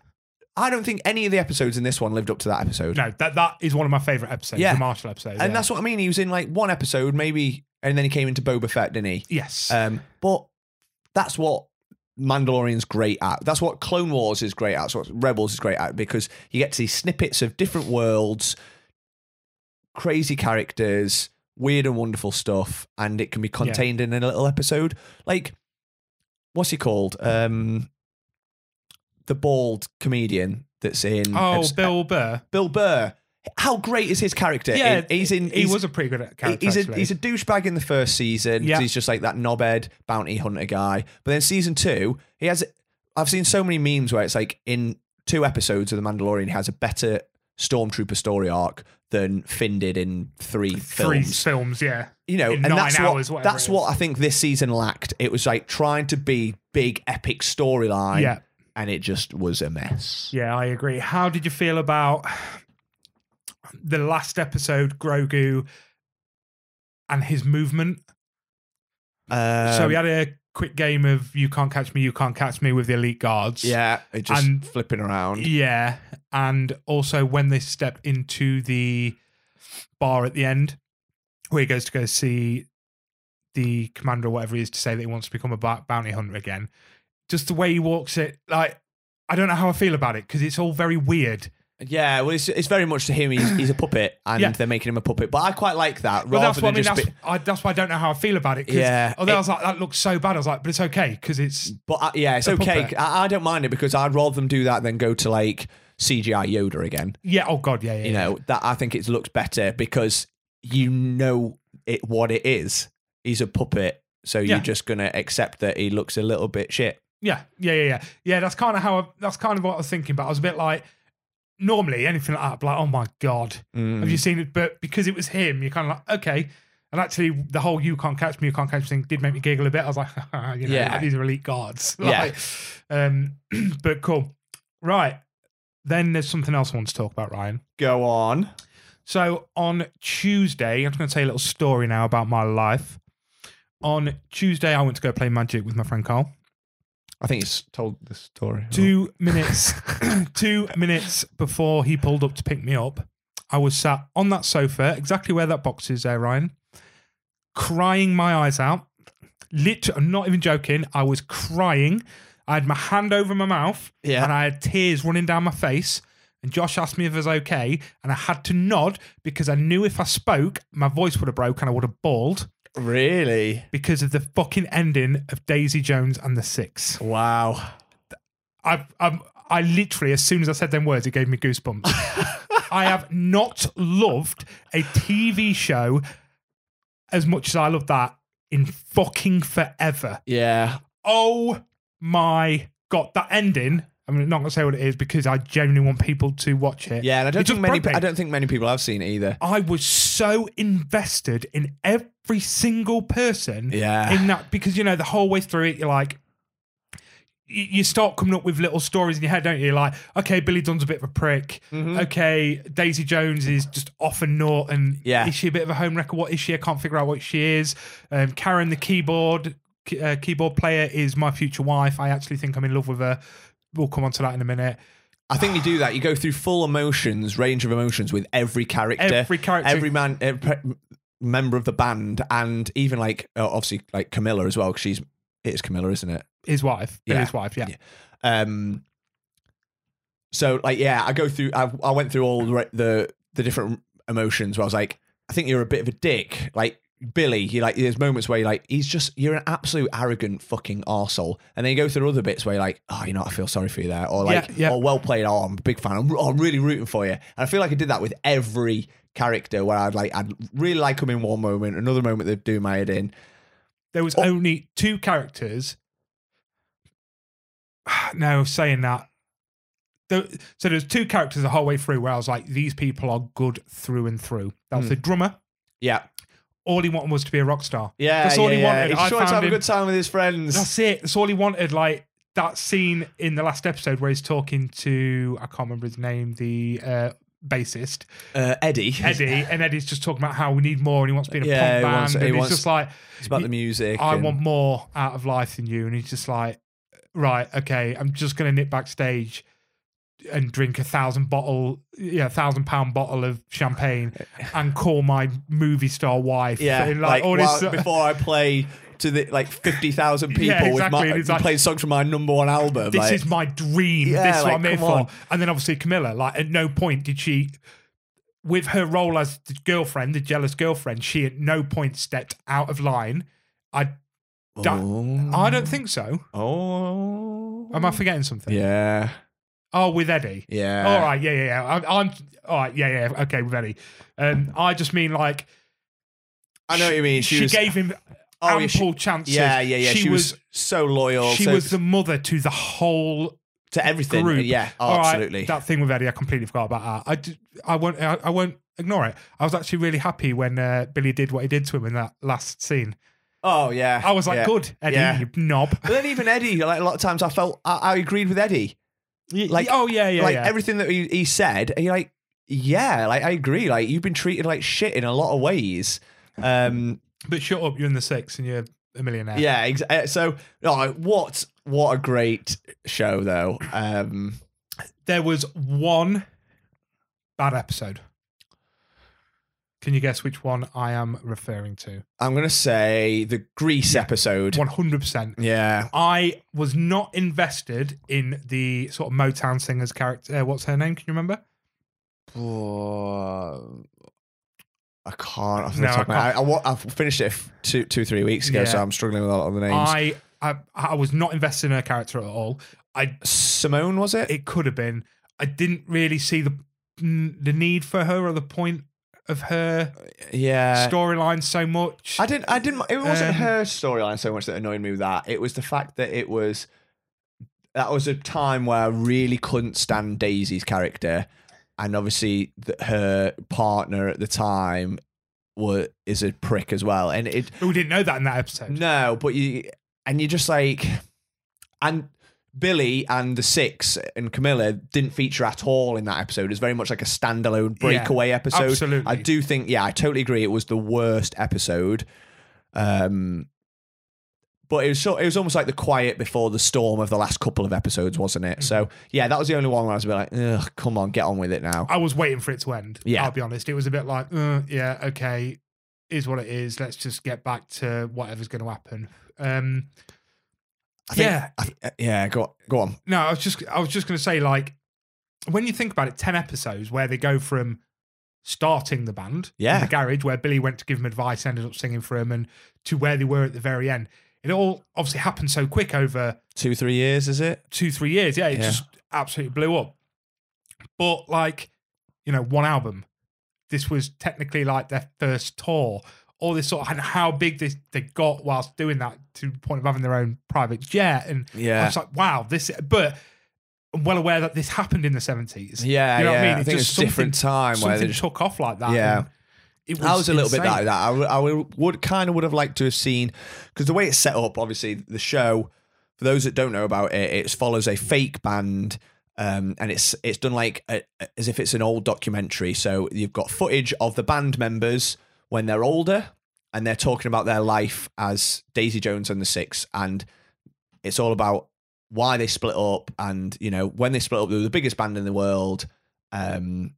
S2: I don't think any of the episodes in this one lived up to that episode,
S1: No, that that is one of my favorite episodes,
S2: Yeah.
S1: the martial episode.
S2: and
S1: yeah.
S2: that's what I mean. He was in like one episode, maybe, and then he came into Boba Fett, didn't he?
S1: Yes.
S2: Um, but that's what Mandalorian's great at. That's what Clone Wars is great at. That's what Rebels is great at because you get to see snippets of different worlds, crazy characters, weird and wonderful stuff, and it can be contained in a little episode. Like, what's he called? Um, the bald comedian that's in
S1: oh,
S2: Obs-
S1: Bill Burr.
S2: Bill Burr. How great is his character?
S1: Yeah,
S2: He- he's in.
S1: He
S2: he's-
S1: was a pretty good
S2: he-
S1: character.
S2: he's a
S1: actually.
S2: he's a douchebag in the first season. 'cause
S1: Yeah.
S2: He's just like that knobhead bounty hunter guy. But then season two, he has. I've seen so many memes where it's like in two episodes of The Mandalorian, he has a better stormtrooper story arc than Finn did in three
S1: three
S2: films.
S1: films. Yeah.
S2: you know,
S1: in
S2: and
S1: nine
S2: that's
S1: hours,
S2: what
S1: whatever
S2: that's
S1: it
S2: what
S1: is.
S2: I think this season lacked. It was like trying to be big epic storyline,
S1: Yeah.
S2: and it just was a mess.
S1: Yeah, I agree. How did you feel about the last episode, Grogu and his movement?
S2: Um,
S1: so we had a quick game of you can't catch me, you can't catch me with the elite guards.
S2: yeah, it just
S1: And-
S2: flipping around.
S1: Yeah. And also when they step into the bar at the end, where he goes to go see the commander or whatever he is to say that he wants to become a ba- bounty hunter again. Just the way he walks it, like I don't know how I feel about it because it's all very weird.
S2: Yeah, well, it's, it's very much to him. He's, he's a puppet, and
S1: Yeah.
S2: they're making him a puppet. But I quite like that.
S1: But
S2: rather
S1: that's what I
S2: than
S1: mean.
S2: just
S1: That's,
S2: be-
S1: I, that's why I don't know how I feel about it. 'cause
S2: Yeah,
S1: Although
S2: it-
S1: I was like, that looks so bad. I was like, but it's okay because it's
S2: but I, yeah, it's
S1: A
S2: okay.
S1: puppet.
S2: I, I don't mind it because I'd rather them do that than go to like CGI Yoda again.
S1: Yeah. Oh God. Yeah. Yeah.
S2: You know that I think it looks better because you know it what it is. He's a puppet, so
S1: Yeah.
S2: you're just gonna accept that he looks a little bit shit.
S1: Yeah, yeah, yeah, yeah. Yeah, that's kind of how I, that's kind of what I was thinking. But I was a bit like, normally anything like that, I'd be like, oh my god,
S2: Mm.
S1: have you seen it? But because it was him, you're kind of like, okay. And actually, the whole "you can't catch me, you can't catch me" thing did make me giggle a bit. I was like, you know,
S2: Yeah.
S1: these are elite guards.
S2: Yeah.
S1: yeah. Um, but cool. Right. Then there's something else I want to talk about, Ryan.
S2: Go on.
S1: So on Tuesday, I'm just going to tell you a little story now about my life. On Tuesday, I went to go play magic with my friend Carl.
S2: I think he's told the story.
S1: Two minutes, two minutes before he pulled up to pick me up, I was sat on that sofa, exactly where that box is there, Ryan, crying my eyes out. Literally, I'm not even joking. I was crying. I had my hand over my mouth
S2: Yeah.
S1: and I had tears running down my face. And Josh asked me if I was okay. And I had to nod because I knew if I spoke, my voice would have broke and I would have bawled
S2: Really?
S1: because of the fucking ending of Daisy Jones and the Six.
S2: Wow.
S1: I, I, um, I literally, as soon as I said them words, it gave me goosebumps. I have not loved a TV show as much as I love that in fucking forever.
S2: Yeah.
S1: Oh my god, that ending! I'm not gonna say what it is because I genuinely want people to watch it.
S2: Yeah, and I don't
S1: It just
S2: think many.
S1: broke me.
S2: I don't think many people have seen it either.
S1: I was so invested in every single person
S2: Yeah.
S1: in that because you know the whole way through it you're like you you start coming up with little stories in your head, don't you? Like, okay, Billy Dunn's a bit of a prick.
S2: Mm-hmm.
S1: Okay, Daisy Jones is just off and naught. And
S2: Yeah.
S1: is she a bit of a home wrecker? What is she? I can't figure out what she is. Um, Karen, the keyboard key- uh, keyboard player, is my future wife. I actually think I'm in love with her. We'll come on to that in a minute.
S2: I think you do that. You go through full emotions, range of emotions with every character,
S1: Every character.
S2: every man, every pe- member of the band, and even like uh, obviously like Camilla as well because she's it is Camilla, isn't it?
S1: His wife,
S2: Yeah.
S1: Billy's wife, yeah.
S2: Yeah. Um. So like yeah, I go through. I, I went through all the, re- the the different emotions where I was like, I think you're a bit of a dick, like. Billy, you like there's moments where you're like he's just you're an absolute arrogant fucking arsehole. and then you go through other bits where you're like, oh, you know, I feel sorry for you there, or like,
S1: Yeah, yeah.
S2: oh, well played, oh, I'm a big fan, I'm, oh, I'm really rooting for you. And I feel like I did that with every character where I'd like I'd really like them in one moment, another moment they'd do my head in.
S1: There was
S2: Oh.
S1: only two characters. No, saying that. The, so there's two characters the whole way through where I was like, these people are good through and through. That
S2: Hmm.
S1: was the drummer.
S2: Yeah,
S1: All he wanted was to be a rock star.
S2: yeah,
S1: That's all
S2: yeah,
S1: he
S2: yeah.
S1: wanted.
S2: He
S1: I
S2: just wanted to
S1: found
S2: have
S1: him-
S2: a good time with his friends.
S1: That's it. That's all he wanted. Like that scene in the last episode where he's talking to I can't remember his name, the uh, bassist
S2: uh, Eddie.
S1: Eddie, and Eddie, Eddie's just talking about how we need more, and he wants to be in a
S2: Yeah,
S1: punk
S2: he
S1: band,
S2: wants- he
S1: and he's
S2: wants-
S1: just like,
S2: It's about the music.
S1: I
S2: and-
S1: want more out of life than you. And he's just like, right, okay, I'm just going to nip backstage and drink a thousand bottle, yeah, thousand pound bottle of champagne and call my movie star wife.
S2: Yeah,
S1: And,
S2: like,
S1: all
S2: well,
S1: this-
S2: before I play to the like fifty thousand people
S1: Yeah,
S2: with
S1: exactly,
S2: my
S1: and it's like-
S2: playing songs from my number one album.
S1: uh, this
S2: like,
S1: is my dream.
S2: Yeah,
S1: this is
S2: like,
S1: what I'm here
S2: come
S1: for.
S2: on.
S1: And then obviously Camilla, like at no point did she, with her role as the girlfriend, the jealous girlfriend, she at no point stepped out of line. I,
S2: oh,
S1: I don't think so.
S2: Oh,
S1: Am I forgetting something?
S2: yeah,
S1: Oh, with Eddie.
S2: yeah.
S1: All right, yeah, yeah, yeah. I'm, I'm all right, yeah, yeah. Okay, with Eddie. Um, I just mean like
S2: I know what you mean. She,
S1: she,
S2: was,
S1: gave him
S2: oh,
S1: ample
S2: yeah, she,
S1: chances.
S2: yeah, yeah, yeah.
S1: She, was,
S2: so loyal.
S1: she
S2: so-
S1: was the mother to the whole
S2: to everything.
S1: group.
S2: Yeah,
S1: All right,
S2: absolutely.
S1: that thing with Eddie, I completely forgot about that. I, d- I won't, I, I won't ignore it. I was actually really happy when uh, Billy did what he did to him in that last scene.
S2: oh yeah.
S1: I was like,
S2: yeah.
S1: good, Eddie,
S2: Yeah.
S1: you knob.
S2: But then even Eddie, like a lot of times, I felt I, I agreed with Eddie. Like-
S1: oh yeah, yeah,
S2: like
S1: yeah.
S2: everything that he, he said, and you're like, yeah, like I agree. Like you've been treated like shit in a lot of ways. Um,
S1: but shut up, you're in the six and you're a millionaire.
S2: yeah. Ex- uh, so, oh, what what a great show though. Um,
S1: There was one bad episode. Can you guess which one I am referring to?
S2: I'm gonna say the Grease episode.
S1: 100%.
S2: Yeah.
S1: I was not invested in the sort of Motown singer's character. Uh, what's her name? Can you remember?
S2: Oh, I can't. Off the
S1: No,
S2: top of
S1: I
S2: my- I, I, wa- I finished it f- two, two, three weeks ago, so
S1: Yeah.
S2: I'm struggling with a lot of the names.
S1: I, I I was not invested in her character at all. I
S2: Simone was it?
S1: it could have been. I didn't really see the n- the need for her or the point of her
S2: Yeah.
S1: storyline so much.
S2: Uh, I didn't. I didn't. It wasn't
S1: Um,
S2: her storyline so much that annoyed me with that. It was the fact that it was. That was a time where I really couldn't stand Daisy's character, and obviously that her partner at the time was is a prick as well. And it
S1: we didn't know that in that episode.
S2: no, but you and you're just like, and Billy and the Six and Camilla didn't feature at all in that episode. It's very much like a standalone breakaway episode.
S1: absolutely.
S2: I do think, yeah, I totally agree. It was the worst episode. Um, but it was so, it was almost like the quiet before the storm of the last couple of episodes, wasn't it? So
S1: Mm-hmm.
S2: yeah, that was the only one where I was a bit like, Ugh, come on, get on with it now.
S1: I was waiting for it to end.
S2: Yeah.
S1: I'll be honest. It was a bit like, uh, yeah, okay, is what it is. Let's just get back to whatever's going to happen. Um,
S2: I think,
S1: yeah. Mm-hmm.
S2: I th- uh, yeah, go go on.
S1: no, I was just, I was just going to say, like, when you think about it, ten episodes where they go from starting the band,
S2: Yeah.
S1: in the garage where Billy went to give him advice, ended up singing for him, and to where they were at the very end. It all obviously happened so quick over
S2: Two three years is it?
S1: two, three years. Yeah, it
S2: Yeah.
S1: just absolutely blew up. But like, you know, one album. This was technically like their first tour. All this sort of and how big they, they got whilst doing that to the point of having their own private jet. And I
S2: Yeah,
S1: was like, wow, this but I'm well aware that this happened in the seventies.
S2: yeah,
S1: You know what
S2: yeah.
S1: I mean?
S2: I
S1: It's
S2: think
S1: just
S2: it's a different time where they
S1: Something
S2: just
S1: took off like that.
S2: Yeah.
S1: and It
S2: I was a little bit
S1: insane.
S2: like that. I would- I would, would kind of would have liked to have seen because the way it's set up, obviously, the show. For those that don't know about it, it follows a fake band, um, and it's it's done like a, as if it's an old documentary. So you've got footage of the band members when they're older, and they're talking about their life as Daisy Jones and the Six, and it's all about why they split up, and you know when they split up, they were the biggest band in the world. Um,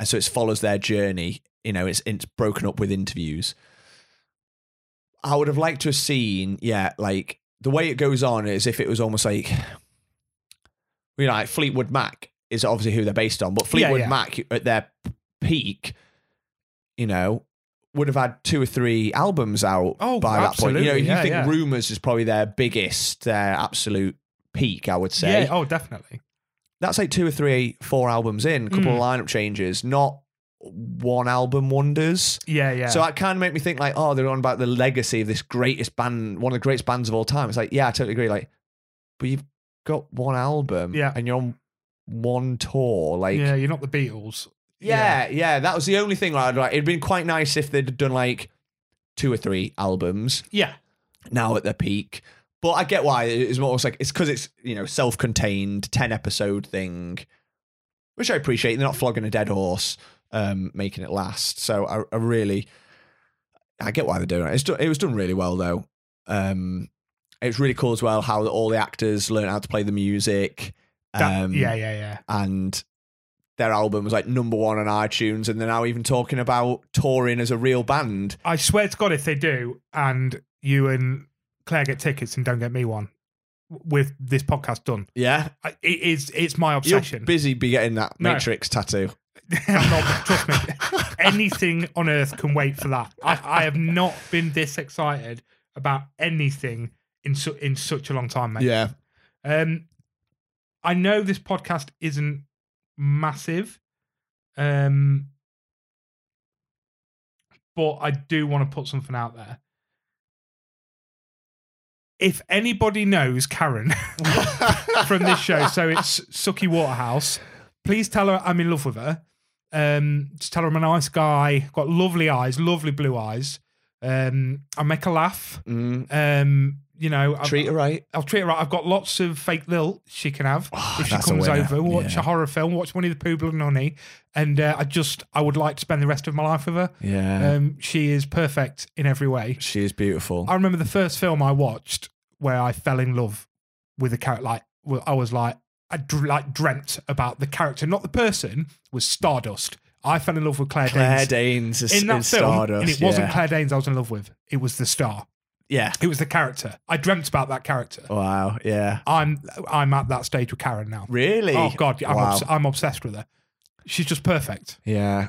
S2: and so it follows their journey. You know, it's it's broken up with interviews. I would have liked to have seen, yeah, like the way it goes on is if it was almost like, you know, like Fleetwood Mac is obviously who they're based on, but Fleetwood
S1: yeah.
S2: Mac at their peak, you know, would have had two or three albums out
S1: Oh,
S2: by that point. You know,
S1: absolutely,
S2: you
S1: yeah,
S2: think
S1: yeah.
S2: Rumors is probably their biggest, their absolute peak, I would say
S1: Yeah, oh definitely.
S2: that's like two or three, four albums in, a couple of
S1: Mm.
S2: lineup changes, not one album wonders.
S1: Yeah, yeah.
S2: So that kind of made me think like, oh, they're on about the legacy of this greatest band, one of the greatest bands of all time. It's like, yeah, I totally agree. Like, but you've got one album,
S1: Yeah.
S2: and you're on one tour, like.
S1: yeah, you're not the Beatles.
S2: Yeah, yeah, that was the only thing. I'd like, it'd been quite nice if they'd done like two or three albums
S1: Yeah.
S2: now at their peak. But I get why it's more like it's because it's you know self-contained ten episode thing, which I appreciate. They're not flogging a dead horse, um, making it last. So I, I really, I get why they're doing it. It's do- it was done really well though. Um, it's really cool as well how all the actors learn how to play the music.
S1: That-
S2: Um,
S1: yeah, yeah, yeah.
S2: and their album was like number one on iTunes, and they're now even talking about touring as a real band.
S1: I swear to God, if they do, and you and Claire get tickets and don't get me one w- with this podcast done,
S2: Yeah,
S1: I- it is it's my
S2: You're
S1: obsession.
S2: busy be getting that
S1: No.
S2: Matrix tattoo.
S1: I'm not- trust me, anything on earth can wait for that. I, I have not been this excited about anything in su- in such a long time, mate.
S2: Yeah.
S1: Um, I know this podcast isn't massive, um, but I do want to put something out there. If anybody knows Karen from this show, so it's Suki Waterhouse, please tell her I'm in love with her. Um, just tell her I'm a nice guy, got lovely eyes, lovely blue eyes. Um, I make her laugh.
S2: Mm,
S1: Um, you know, I've-
S2: treat her right.
S1: I'll treat her right. I've got lots of fake lilt she can have
S2: Oh,
S1: if she
S2: that's a
S1: comes
S2: winner.
S1: over. Watch
S2: Yeah.
S1: a horror film, watch Winnie the Pooh, Blood and Honey, and uh, I just I would like to spend the rest of my life with her.
S2: Yeah.
S1: Um, she is perfect in every way.
S2: she is beautiful.
S1: I remember the first film I watched where I fell in love with a character. Like well, I was like I dr- like dreamt about the character, not the person. Was Stardust. I fell in love with Claire,
S2: Claire
S1: Danes.
S2: Danes is
S1: in that film,
S2: Stardust.
S1: and it wasn't
S2: yeah.
S1: Claire Danes I was in love with. It was the star.
S2: yeah.
S1: It was the character. I dreamt about that character.
S2: Wow. Yeah.
S1: I'm I'm at that stage with Karen now.
S2: Really?
S1: Oh God, I'm,
S2: Wow.
S1: obs- I'm obsessed with her. She's just perfect.
S2: Yeah.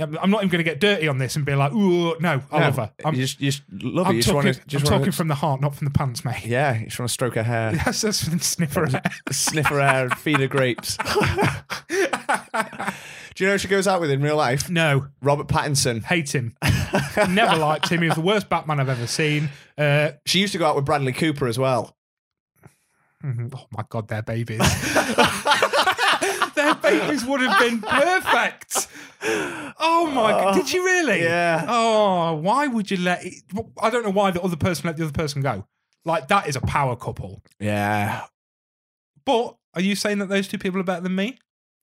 S1: I'm I'm not even going to get dirty on this and be like, ooh, no, I love her. I'm,
S2: Oh, you just, you just love
S1: I'm
S2: it. You just
S1: talking,
S2: want to.
S1: I'm
S2: Just wanna,
S1: talking from the heart, not from the pants, mate.
S2: yeah, you just want to stroke her hair,
S1: That's that's from the sniffer.
S2: sniff her hair, and feed her grapes. Do you know who she goes out with in real life?
S1: no,
S2: Robert Pattinson.
S1: hate him. Never liked him. He was the worst Batman I've ever seen. Uh,
S2: She used to go out with Bradley Cooper as well.
S1: mhm, oh my god, their babies. their babies would have been perfect. Oh my god, did you really?
S2: yeah.
S1: Oh, why would you let? It, I don't know why the other person let the other person go. Like that is a power couple.
S2: Yeah.
S1: But are you saying that those two people are better than me?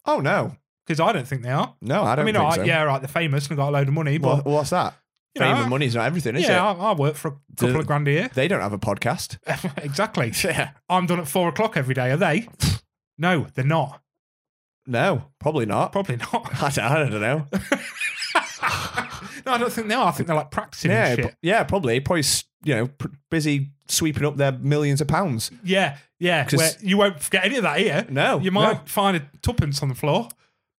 S2: Oh no,
S1: Because I don't think they are.
S2: no, I
S1: I,
S2: don't
S1: mean,
S2: think
S1: all
S2: so.
S1: right, yeah, right. They're famous and got a load of money,
S2: Wha-
S1: but
S2: what's that?
S1: you know,
S2: Fame
S1: I-
S2: and money's not everything, is
S1: yeah,
S2: it?
S1: I, I work for a couple
S2: Do-
S1: of grand a year.
S2: They don't have a podcast.
S1: exactly.
S2: Yeah.
S1: I'm done at four o'clock every day. Are they? No, they're not.
S2: No, probably not.
S1: Probably not.
S2: I, don't, I don't know.
S1: no, I don't think they are. I think they're like practicing and
S2: yeah,
S1: shit.
S2: pro- yeah, probably. Probably, s- you know, pr- busy sweeping up their millions of pounds.
S1: yeah, yeah.
S2: 'Cause-
S1: Where you won't forget any of that here.
S2: No,
S1: you might find a tuppence on the floor,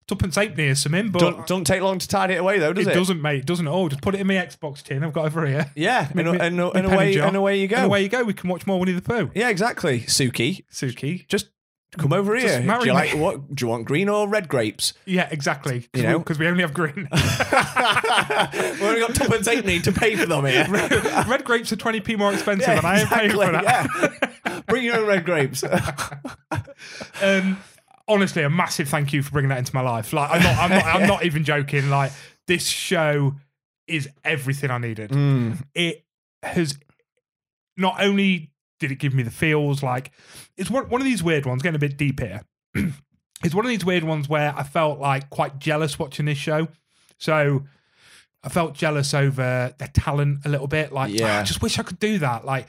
S1: tuppence eighpenny or something, but
S2: Don't, don't take long to tidy it away, though, does
S1: it,
S2: it?
S1: doesn't, mate. It doesn't at all. Just put it in my Xbox tin. I've got over here.
S2: Yeah, and,
S1: Me-
S2: and,
S1: me
S2: and
S1: pen
S2: away,
S1: jar.
S2: and away you go.
S1: And away you go. We can watch more Winnie the Pooh.
S2: Yeah, exactly. Suki,
S1: Suki.
S2: just come over
S1: Just
S2: here.
S1: marry
S2: do you
S1: me.
S2: like what? Do you want green or red grapes?
S1: Yeah, exactly.
S2: You know?
S1: because we only have green.
S2: We've only got tuppence eighty to pay for them here.
S1: Red grapes are twenty p more expensive,
S2: Yeah,
S1: and I am paying for that.
S2: exactly, yeah. Bring your own red grapes.
S1: um, honestly, a massive thank you for bringing that into my life. Like, I'm not, I'm not, I'm not even joking. Like, this show is everything I needed. It has not only did it give me the feels, like it's one, one of these weird ones. Getting a bit deep here. it's one of these weird ones where I felt like quite jealous watching this show. So. I felt jealous over their talent a little bit. Like,
S2: Yeah.
S1: "Ah, I just wish I could do that. Like,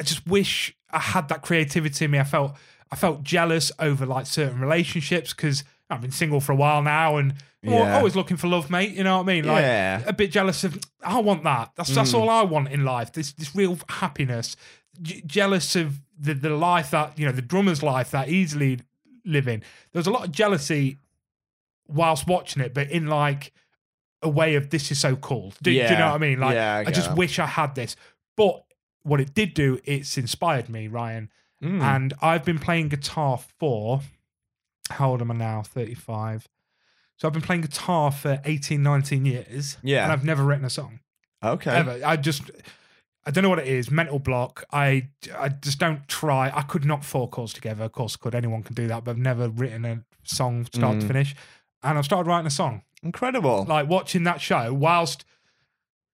S1: I just wish I had that creativity in me. I felt I felt jealous over like certain relationships because I've been single for a while now and I'm
S2: Yeah.
S1: always looking for love, mate. You know what I mean? Like
S2: Yeah. Mm.
S1: a bit jealous of I want that. That's that's all I want in life. This this real happiness. Je- jealous of the the life that you know the drummer's life that he's lead, living. There was a lot of jealousy whilst watching it, but in like a way of this is so cool. Do, do you know
S2: Yeah.
S1: what I mean? Like
S2: Yeah, I
S1: I
S2: get
S1: just
S2: that.
S1: wish I had this. But what it did do, it's inspired me, Ryan.
S2: Mm.
S1: And I've been playing guitar for how old am I now? 35. So I've been playing guitar for 18, 19 years.
S2: Yeah.
S1: And I've never written a song.
S2: Okay.
S1: Ever. I just I don't know what it is, mental block. I I just don't try. I could knock four chords together. Of course I could. Anyone can do that, but I've never written a song start to
S2: Mm.
S1: finish. And I've started writing a song
S2: Incredible.
S1: like watching that show whilst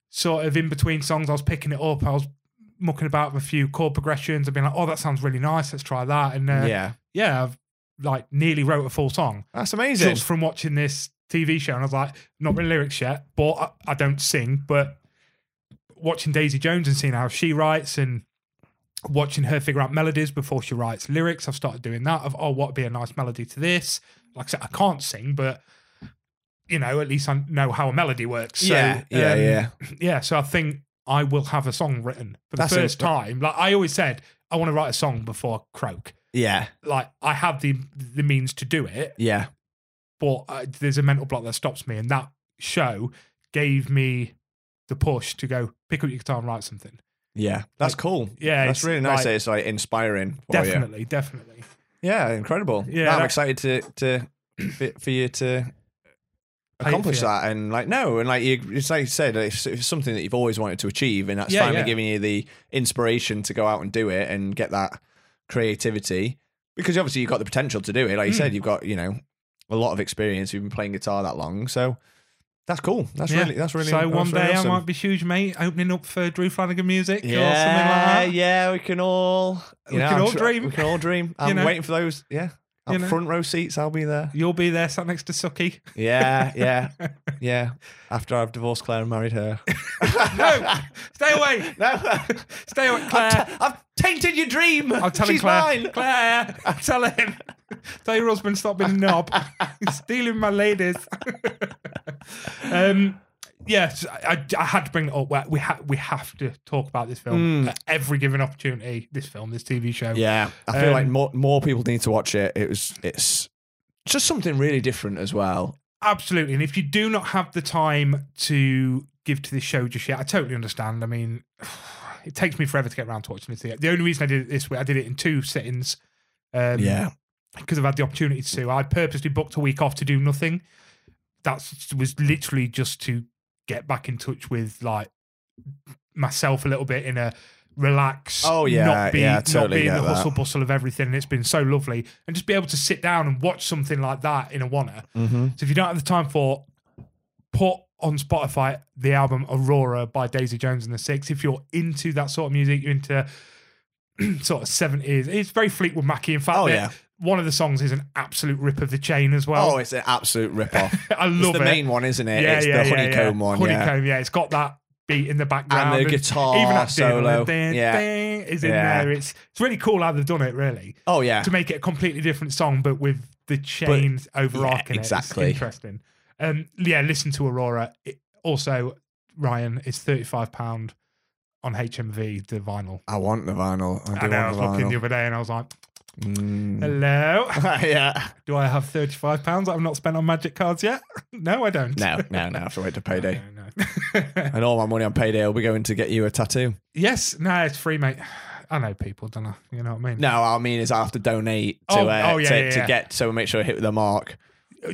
S1: sort of in between songs, I was picking it up. I was mucking about with a few chord progressions. I've been like, oh, that sounds really nice. Let's try that. And uh, yeah.
S2: yeah.
S1: I've like nearly wrote a full song
S2: That's amazing.
S1: just from watching this TV show. And I was like, not written lyrics yet, but I, I don't sing. But watching Daisy Jones and seeing how she writes and watching her figure out melodies before she writes lyrics, I've started doing that. Of oh, what would be a nice melody to this? Like I said, I can't sing, but you know, at least I know how a melody works. So,
S2: yeah. yeah.
S1: um,
S2: yeah.
S1: yeah, so I think I will have a song written for the
S2: That's
S1: first
S2: it.
S1: time. Like I always said, I want to write a song before I croak.
S2: Yeah.
S1: Like I have the the means to do it,
S2: Yeah.
S1: but uh, there's a mental block that stops me, and that show gave me the push to go pick up your guitar and write something.
S2: Yeah. That's cool.
S1: Yeah,
S2: That's
S1: it's
S2: really nice. Oh,
S1: like-
S2: that it's like inspiring for you.
S1: definitely, definitely.
S2: Yeah. Incredible.
S1: Yeah,
S2: No, I'm
S1: that-
S2: excited to to for- for you to
S1: for
S2: accomplish
S1: you.
S2: that and like no and like you it's like you said it's, it's something that you've always wanted to achieve and that's
S1: Yeah,
S2: finally
S1: yeah.
S2: giving you the inspiration to go out and do it and get that creativity because obviously you've got the potential to do it like you
S1: Mm.
S2: said you've got you know a lot of experience you've been playing guitar that long so that's cool that's
S1: Yeah.
S2: really that's really
S1: so.
S2: that's
S1: One
S2: really
S1: day
S2: awesome.
S1: I might be huge, mate, opening up for Drew Flanagan music or something like
S2: yeah,
S1: that.
S2: yeah, we can all, you
S1: We
S2: know,
S1: can
S2: I'm
S1: all
S2: sure-
S1: dream.
S2: We can all dream. I'm
S1: know?
S2: waiting for those. Yeah,
S1: You
S2: Up
S1: know?
S2: front row seats. I'll be there.
S1: You'll be there, sat next to Sucky.
S2: Yeah, yeah, yeah. After I've divorced Claire and married her.
S1: no, stay away,
S2: No,
S1: stay away, Claire.
S2: I've tainted your dream.
S1: I'll tell him,
S2: She's
S1: Claire.
S2: mine.
S1: Claire, tell him. Tell your husband stop being a knob. He's stealing my ladies. um, yes, I, I had to bring it up. We- We ha- we have to talk about this film at every given opportunity. This film, this TV show.
S2: Hmm. Yeah, I feel like
S1: Um,
S2: more more people need to watch it. It was it's just something really different as well.
S1: Absolutely. And if you do not have the time to give to this show just yet, I totally understand. I mean, it takes me forever to get around to watching the theatre. The only reason I did it this way, I did it in two sittings. Um,
S2: yeah.
S1: Because I've had the opportunity to. I purposely booked a week off to do nothing. That was literally just to get back in touch with like myself a little bit in a relax.
S2: Oh, yeah,
S1: Not be,
S2: yeah, I
S1: not
S2: totally
S1: be in the
S2: get that.
S1: hustle bustle of everything. And it's been so lovely. And just be able to sit down and watch something like that in a wanna.
S2: Mm-hmm.
S1: So if you don't have the time for, put on Spotify the album Aurora by Daisy Jones and the Six. If you're into that sort of music, you're into sort of seventies. It's very Fleetwood Mackie. In fact,
S2: Oh,
S1: the-
S2: yeah.
S1: one of the songs is an absolute rip of the chain as well.
S2: Oh, it's an absolute rip-off.
S1: I
S2: it's
S1: love
S2: the
S1: it.
S2: main one, isn't it? it's the honeycomb
S1: yeah.
S2: one. Yeah.
S1: Honeycomb, yeah. It's got that beat in the background
S2: the guitar
S1: that
S2: solo.
S1: ding,
S2: Yeah.
S1: ding is in
S2: Yeah.
S1: there. It's it's really cool how they've done it. Really
S2: Oh yeah.
S1: to make it a completely different song, but with the chains overarching
S2: yeah,
S1: it. It's
S2: exactly.
S1: interesting. Um, yeah, listen to Aurora. It, also, Ryan is thirty five pound on HMV the vinyl.
S2: I want the vinyl. I do
S1: I know. I was
S2: want the
S1: looking the
S2: vinyl.
S1: other day and I was like,
S2: Mm.
S1: "Hello,
S2: yeah.
S1: do I have thirty five pounds that I've not spent on magic cards yet? no, I don't.
S2: No, no, no. I have to wait till payday.
S1: No, no.
S2: And all my money on payday will be going to get you a tattoo.
S1: yes, no, it's free, mate. I know people, don't I? You know what I mean?
S2: No, I mean is I have to donate to
S1: Oh,
S2: uh,
S1: oh, yeah,
S2: to,
S1: yeah,
S2: to
S1: yeah.
S2: get so we make sure I hit the mark.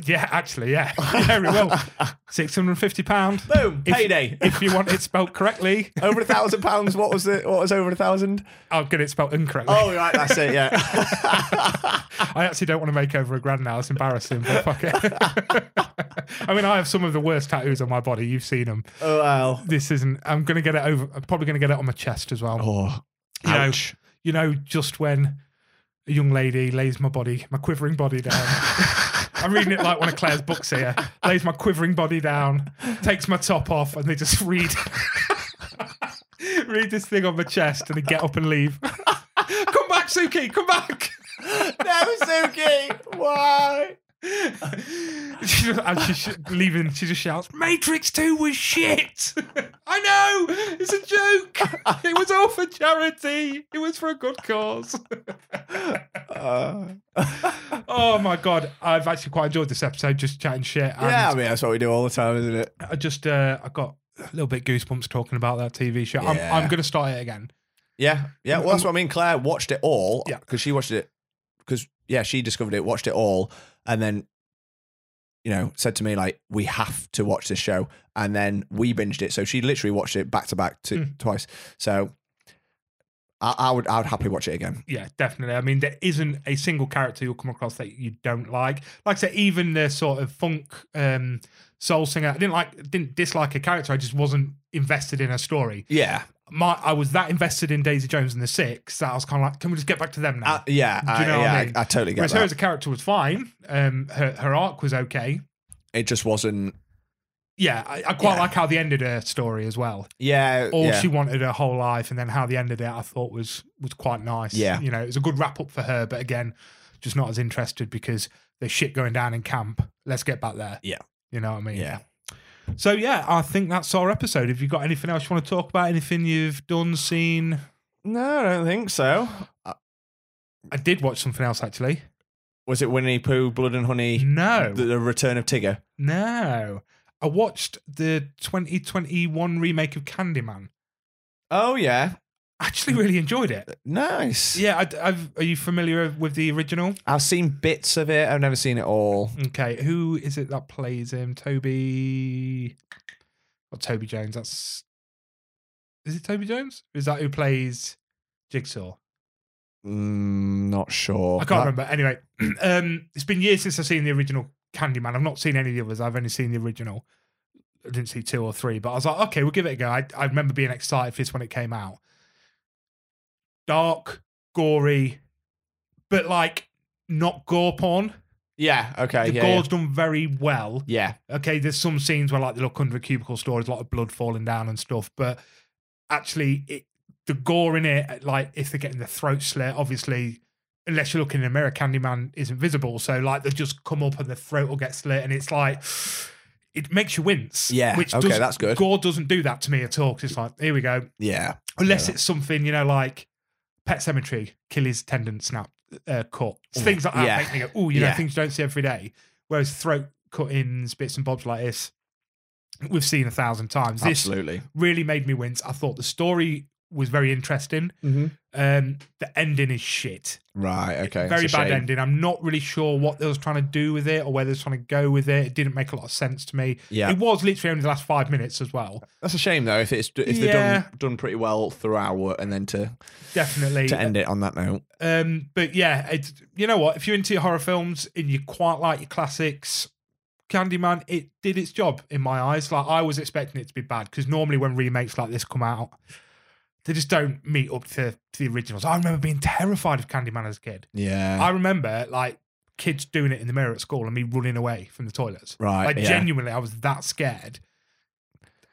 S1: Yeah, actually, yeah, yeah, we will. Six hundred and fifty pound.
S2: Boom,
S1: If-
S2: payday.
S1: if you want it spelled correctly.
S2: over a thousand pounds. What was it? What was over a thousand?
S1: I'll get it spelled incorrectly.
S2: Oh right, that's it. Yeah.
S1: I actually don't want to make over a grand now. It's embarrassing, but fuck it. I mean, I have some of the worst tattoos on my body. You've seen them.
S2: oh wow.
S1: This isn't. I'm gonna get it over. I'm probably gonna get it on my chest as well.
S2: Oh,
S1: You know,
S2: ouch.
S1: You know, just when a young lady lays my body, my quivering body down. I'm reading it like one of Claire's books here. Lays my quivering body down, takes my top off, and they just read read this thing on my chest, and they get up and leave. come back, Suki. Come back.
S2: no, Suki. Why?
S1: She just- and she's sh- leaving. She just shouts, "Matrix Two was shit." I know it's a joke. It was all for charity. It was for a good cause.
S2: Uh,
S1: oh my god, I've actually quite enjoyed this episode, just chatting shit. And
S2: yeah, I mean that's what we do all the time, isn't it?
S1: I just uh, I got a little bit goosebumps talking about that TV show. I'm,
S2: Yeah.
S1: I'm going to start it again.
S2: Yeah, yeah. Well, that's what I mean. Claire watched it all.
S1: Mm. Yeah.
S2: because she watched it. Because yeah, she discovered it, watched it all, and then you know said to me like, "We have to watch this show." And then we binged it. So she literally watched it back to back to
S1: Mm.
S2: twice. So I, I would, I would happily watch it again.
S1: Yeah, definitely. I mean, there isn't a single character you'll come across that you don't like. Like I said, even the sort of funk um, soul singer, I didn't like, didn't dislike a character. I just wasn't invested in her story.
S2: Yeah,
S1: My, I was that invested in Daisy Jones and the Six that I was kind of like, can we just get back to them now?
S2: I, Uh, yeah,
S1: Do you
S2: I,
S1: know what
S2: yeah,
S1: I
S2: I,
S1: mean?
S2: I totally Ah, get
S1: Whereas her
S2: that.
S1: as a character was fine. Um, her her arc was okay.
S2: It just wasn't.
S1: Yeah, I, I quite
S2: Yeah.
S1: like how they ended her story as well.
S2: Yeah,
S1: all
S2: yeah.
S1: she wanted her whole life, and then how they ended it, I thought was was quite nice.
S2: Yeah.
S1: you know, it was a good wrap up for her, but again, just not as interested because there's shit going down in camp. Let's get back there.
S2: Yeah.
S1: you know what I mean.
S2: yeah.
S1: So yeah, I think that's our episode. Have you got anything else you want to talk about? Anything you've done, seen?
S2: No, I don't think so.
S1: I did watch something else actually.
S2: Was it Winnie Pooh, Blood and Honey,
S1: No,
S2: the, the Return of Tigger?
S1: no. I watched the 2021 remake of Candyman.
S2: Oh yeah,
S1: Actually, really enjoyed it.
S2: nice.
S1: Yeah, I, I've, are you familiar with the original?
S2: I've seen bits of it. I've never seen it all.
S1: Okay, who is it that plays him? Toby or Toby Jones? That's is it Toby Jones? Is that who plays Jigsaw?
S2: Mm, not sure.
S1: I can't remember. Anyway, um, it's been years since I've seen the original Candyman. I've not seen any of the others. I've only seen the original. I didn't see two or three, but I was like, okay, we'll give it a go. I, I remember being excited for this when it came out. Dark, gory, but like not gore porn.
S2: Yeah. Okay.
S1: The
S2: yeah,
S1: gore's done very well.
S2: yeah.
S1: okay, there's some scenes where like they look under a cubicle store, there's a lot of blood falling down and stuff, but actually it the gore in it, uh, like if they're getting the throat slit, obviously unless you're looking in a mirror, Candyman isn't visible. So like they just come up and the throat will get slit and it's like it makes you wince.
S2: Yeah,
S1: Which
S2: okay,
S1: does-
S2: that's good.
S1: Gore doesn't do that to me at all. 'cause it's like, here we go.
S2: Yeah. Yeah.
S1: Unless
S2: Yeah.
S1: it's something, you know, like Pet Cemetery, kill his tendon snap, uh, cut. Things like that
S2: Yeah.
S1: make me go, oh, you know,
S2: Yeah.
S1: things you don't see every day. Whereas throat cuttings, bits and bobs like this, we've seen a thousand times. This
S2: Absolutely.
S1: really made me wince. I thought the story was very interesting.
S2: Mm-hmm.
S1: Um, the ending is shit.
S2: Right. Okay.
S1: very
S2: It's a
S1: bad
S2: shame.
S1: ending. I'm not really sure what they was trying to do with it or where they was trying to go with it. It didn't make a lot of sense to me.
S2: Yeah.
S1: It was literally only the last five minutes as well.
S2: That's a shame though. If it's if they're
S1: Yeah.
S2: done done pretty well throughout, and then to
S1: Definitely.
S2: to end it on that note.
S1: Um, but yeah, it's, you know what? If you're into your horror films and you quite like your classics, Candyman, it did its job in my eyes. Like I was expecting it to be bad because normally when remakes like this come out, they just don't meet up to, to the originals. I remember being terrified of Candyman as a kid.
S2: Yeah.
S1: I remember like kids doing it in the mirror at school and me running away from the toilets.
S2: Right,
S1: Like
S2: yeah.
S1: genuinely, I was that scared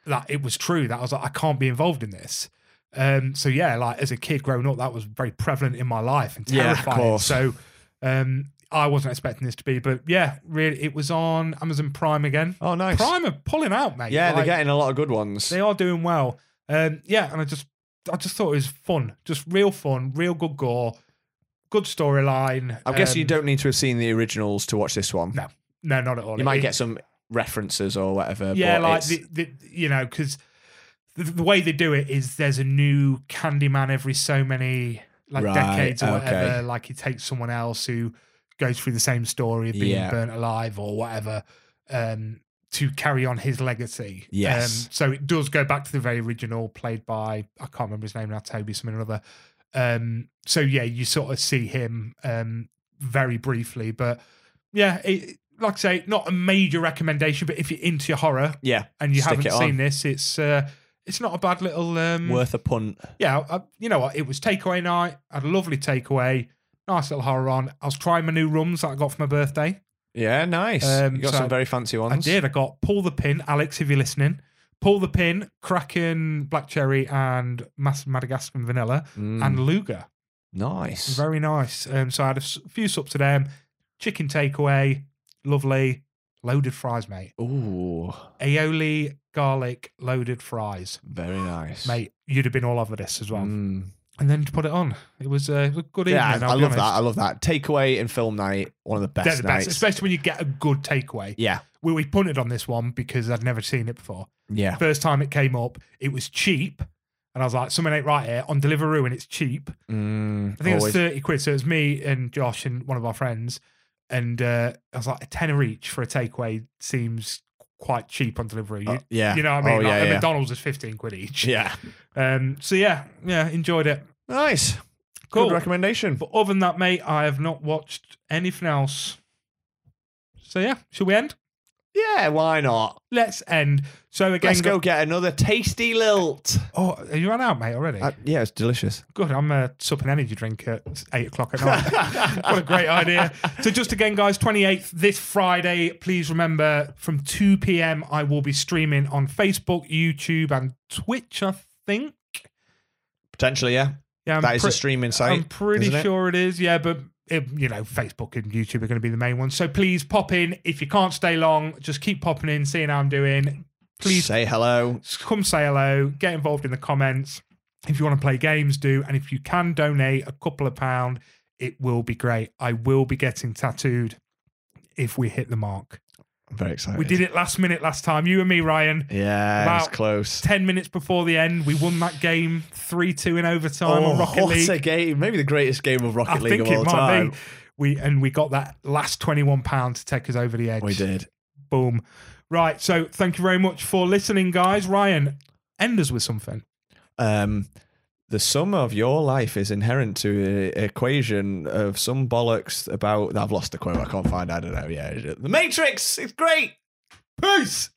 S1: that it was true. That I was like, I can't be involved in this. Um, so yeah, like as a kid growing up, that was very prevalent in my life and
S2: Yeah, of
S1: terrifying.
S2: course.
S1: so um, I wasn't expecting this to be, but yeah, really, it was on Amazon Prime again.
S2: oh, nice.
S1: Prime are pulling out, mate.
S2: Yeah, they're
S1: Like,
S2: getting a lot of good ones.
S1: they are doing well. Um, yeah, and I just I just thought it was fun, just real fun, real good gore, good storyline.
S2: I'm guessing you
S1: Um,
S2: don't need to have seen the originals to watch this one.
S1: No, No, not at all.
S2: You might
S1: It-
S2: get some references or whatever.
S1: yeah,
S2: but
S1: like
S2: it's-
S1: the, the, you know, because the, the way they do it is there's a new Candyman every so many like
S2: Right,
S1: decades or
S2: okay.
S1: whatever. Like he takes someone else who goes through the same story of being
S2: Yeah.
S1: burnt alive or whatever um, to carry on his legacy.
S2: Yes.
S1: Um, so it does go back to the very original, played by I can't remember his name now, Toby something or other. Um, so yeah, you sort of see him um, very briefly, but yeah, it, like I say, not a major recommendation, but if you're into your horror
S2: yeah,
S1: and you
S2: Stick
S1: haven't
S2: it
S1: seen
S2: on.
S1: this, it's uh, it's not a bad little um,
S2: worth a punt.
S1: yeah. I, you know what? It was takeaway night. I had a lovely takeaway. Nice little horror on. I was trying my new rums that I got for my birthday.
S2: Yeah, nice.
S1: Um,
S2: you got
S1: so
S2: some
S1: I-
S2: very fancy ones.
S1: I did. I got pull the pin, Alex, if you're listening. Pull the pin, Kraken, Black Cherry, and Mas- Madagascan Vanilla,
S2: Mm,
S1: and Luger.
S2: nice.
S1: Very nice. Um, so I had a s- few subs of them. Chicken takeaway, lovely. Loaded fries, mate.
S2: Ooh,
S1: aioli garlic loaded fries.
S2: very nice,
S1: Mate, you'd have been all over this as well.
S2: Mm.
S1: And then to put it on, it was uh, it was a good evening.
S2: Yeah, I,
S1: I'll
S2: I
S1: be
S2: love
S1: honest.
S2: that. I love that. Takeaway and film night, one of the best
S1: They're the best,
S2: nights.
S1: especially when you get a good takeaway.
S2: yeah,
S1: We, we punted on this one because I'd never seen it before.
S2: yeah.
S1: First time it came up, it was cheap. And I was like, something ain't right here on Deliveroo and it's cheap.
S2: Mm,
S1: I think
S2: always-
S1: it was 30 quid. So it was me and Josh and one of our friends. And uh, I was like, a tenner each for a takeaway seems quite cheap on Deliveroo. You,
S2: Uh, yeah.
S1: you know what I mean?
S2: Oh,
S1: like,
S2: yeah,
S1: a
S2: yeah.
S1: McDonald's is 15 quid each.
S2: Yeah.
S1: Um, so yeah, yeah, enjoyed it.
S2: Nice.
S1: Cool.
S2: Good recommendation.
S1: But other than that, mate, I have not watched anything else. So yeah, shall we end?
S2: Yeah, why not?
S1: Let's end. So again,
S2: Let's go get another tasty lilt.
S1: Oh, are you run out, mate, already?
S2: Uh, yeah, it's delicious.
S1: Good. I'm uh, supping energy drink at eight o'clock at night. what a great idea. So, just again, guys, 28th this Friday, please remember from 2 p.m., I will be streaming on Facebook, YouTube, and Twitch, I think.
S2: Potentially, yeah.
S1: Yeah, I'm
S2: that is a
S1: pre-
S2: streaming site.
S1: I'm pretty
S2: isn't it?
S1: sure it is. Yeah, but it, you know, Facebook and YouTube are going to be the main ones. So please pop in if you can't stay long. Just keep popping in, seeing how I'm doing. Please
S2: say hello.
S1: come say hello. Get involved in the comments. If you want to play games, do. And if you can donate a couple of pound, it will be great. I will be getting tattooed if we hit the mark.
S2: I'm very excited.
S1: We did it last minute last time. You and me, Ryan.
S2: Yeah, it was
S1: About
S2: close.
S1: 10 minutes before the end, we won that game 3 2 in overtime on Rocket
S2: Oh, what
S1: League.
S2: a game! Maybe the greatest game of Rocket
S1: I
S2: League
S1: think
S2: of
S1: it
S2: all
S1: might
S2: time.
S1: be. We and we got that last twenty-one pound to take us over the edge.
S2: We did.
S1: Boom. Right. So thank you very much for listening, guys. Ryan, end us with something.
S2: Um, the sum of your life is inherent to the equation of some bollocks about. I've lost the quote. I can't find. I don't know. Yeah, the Matrix. It's great. Peace.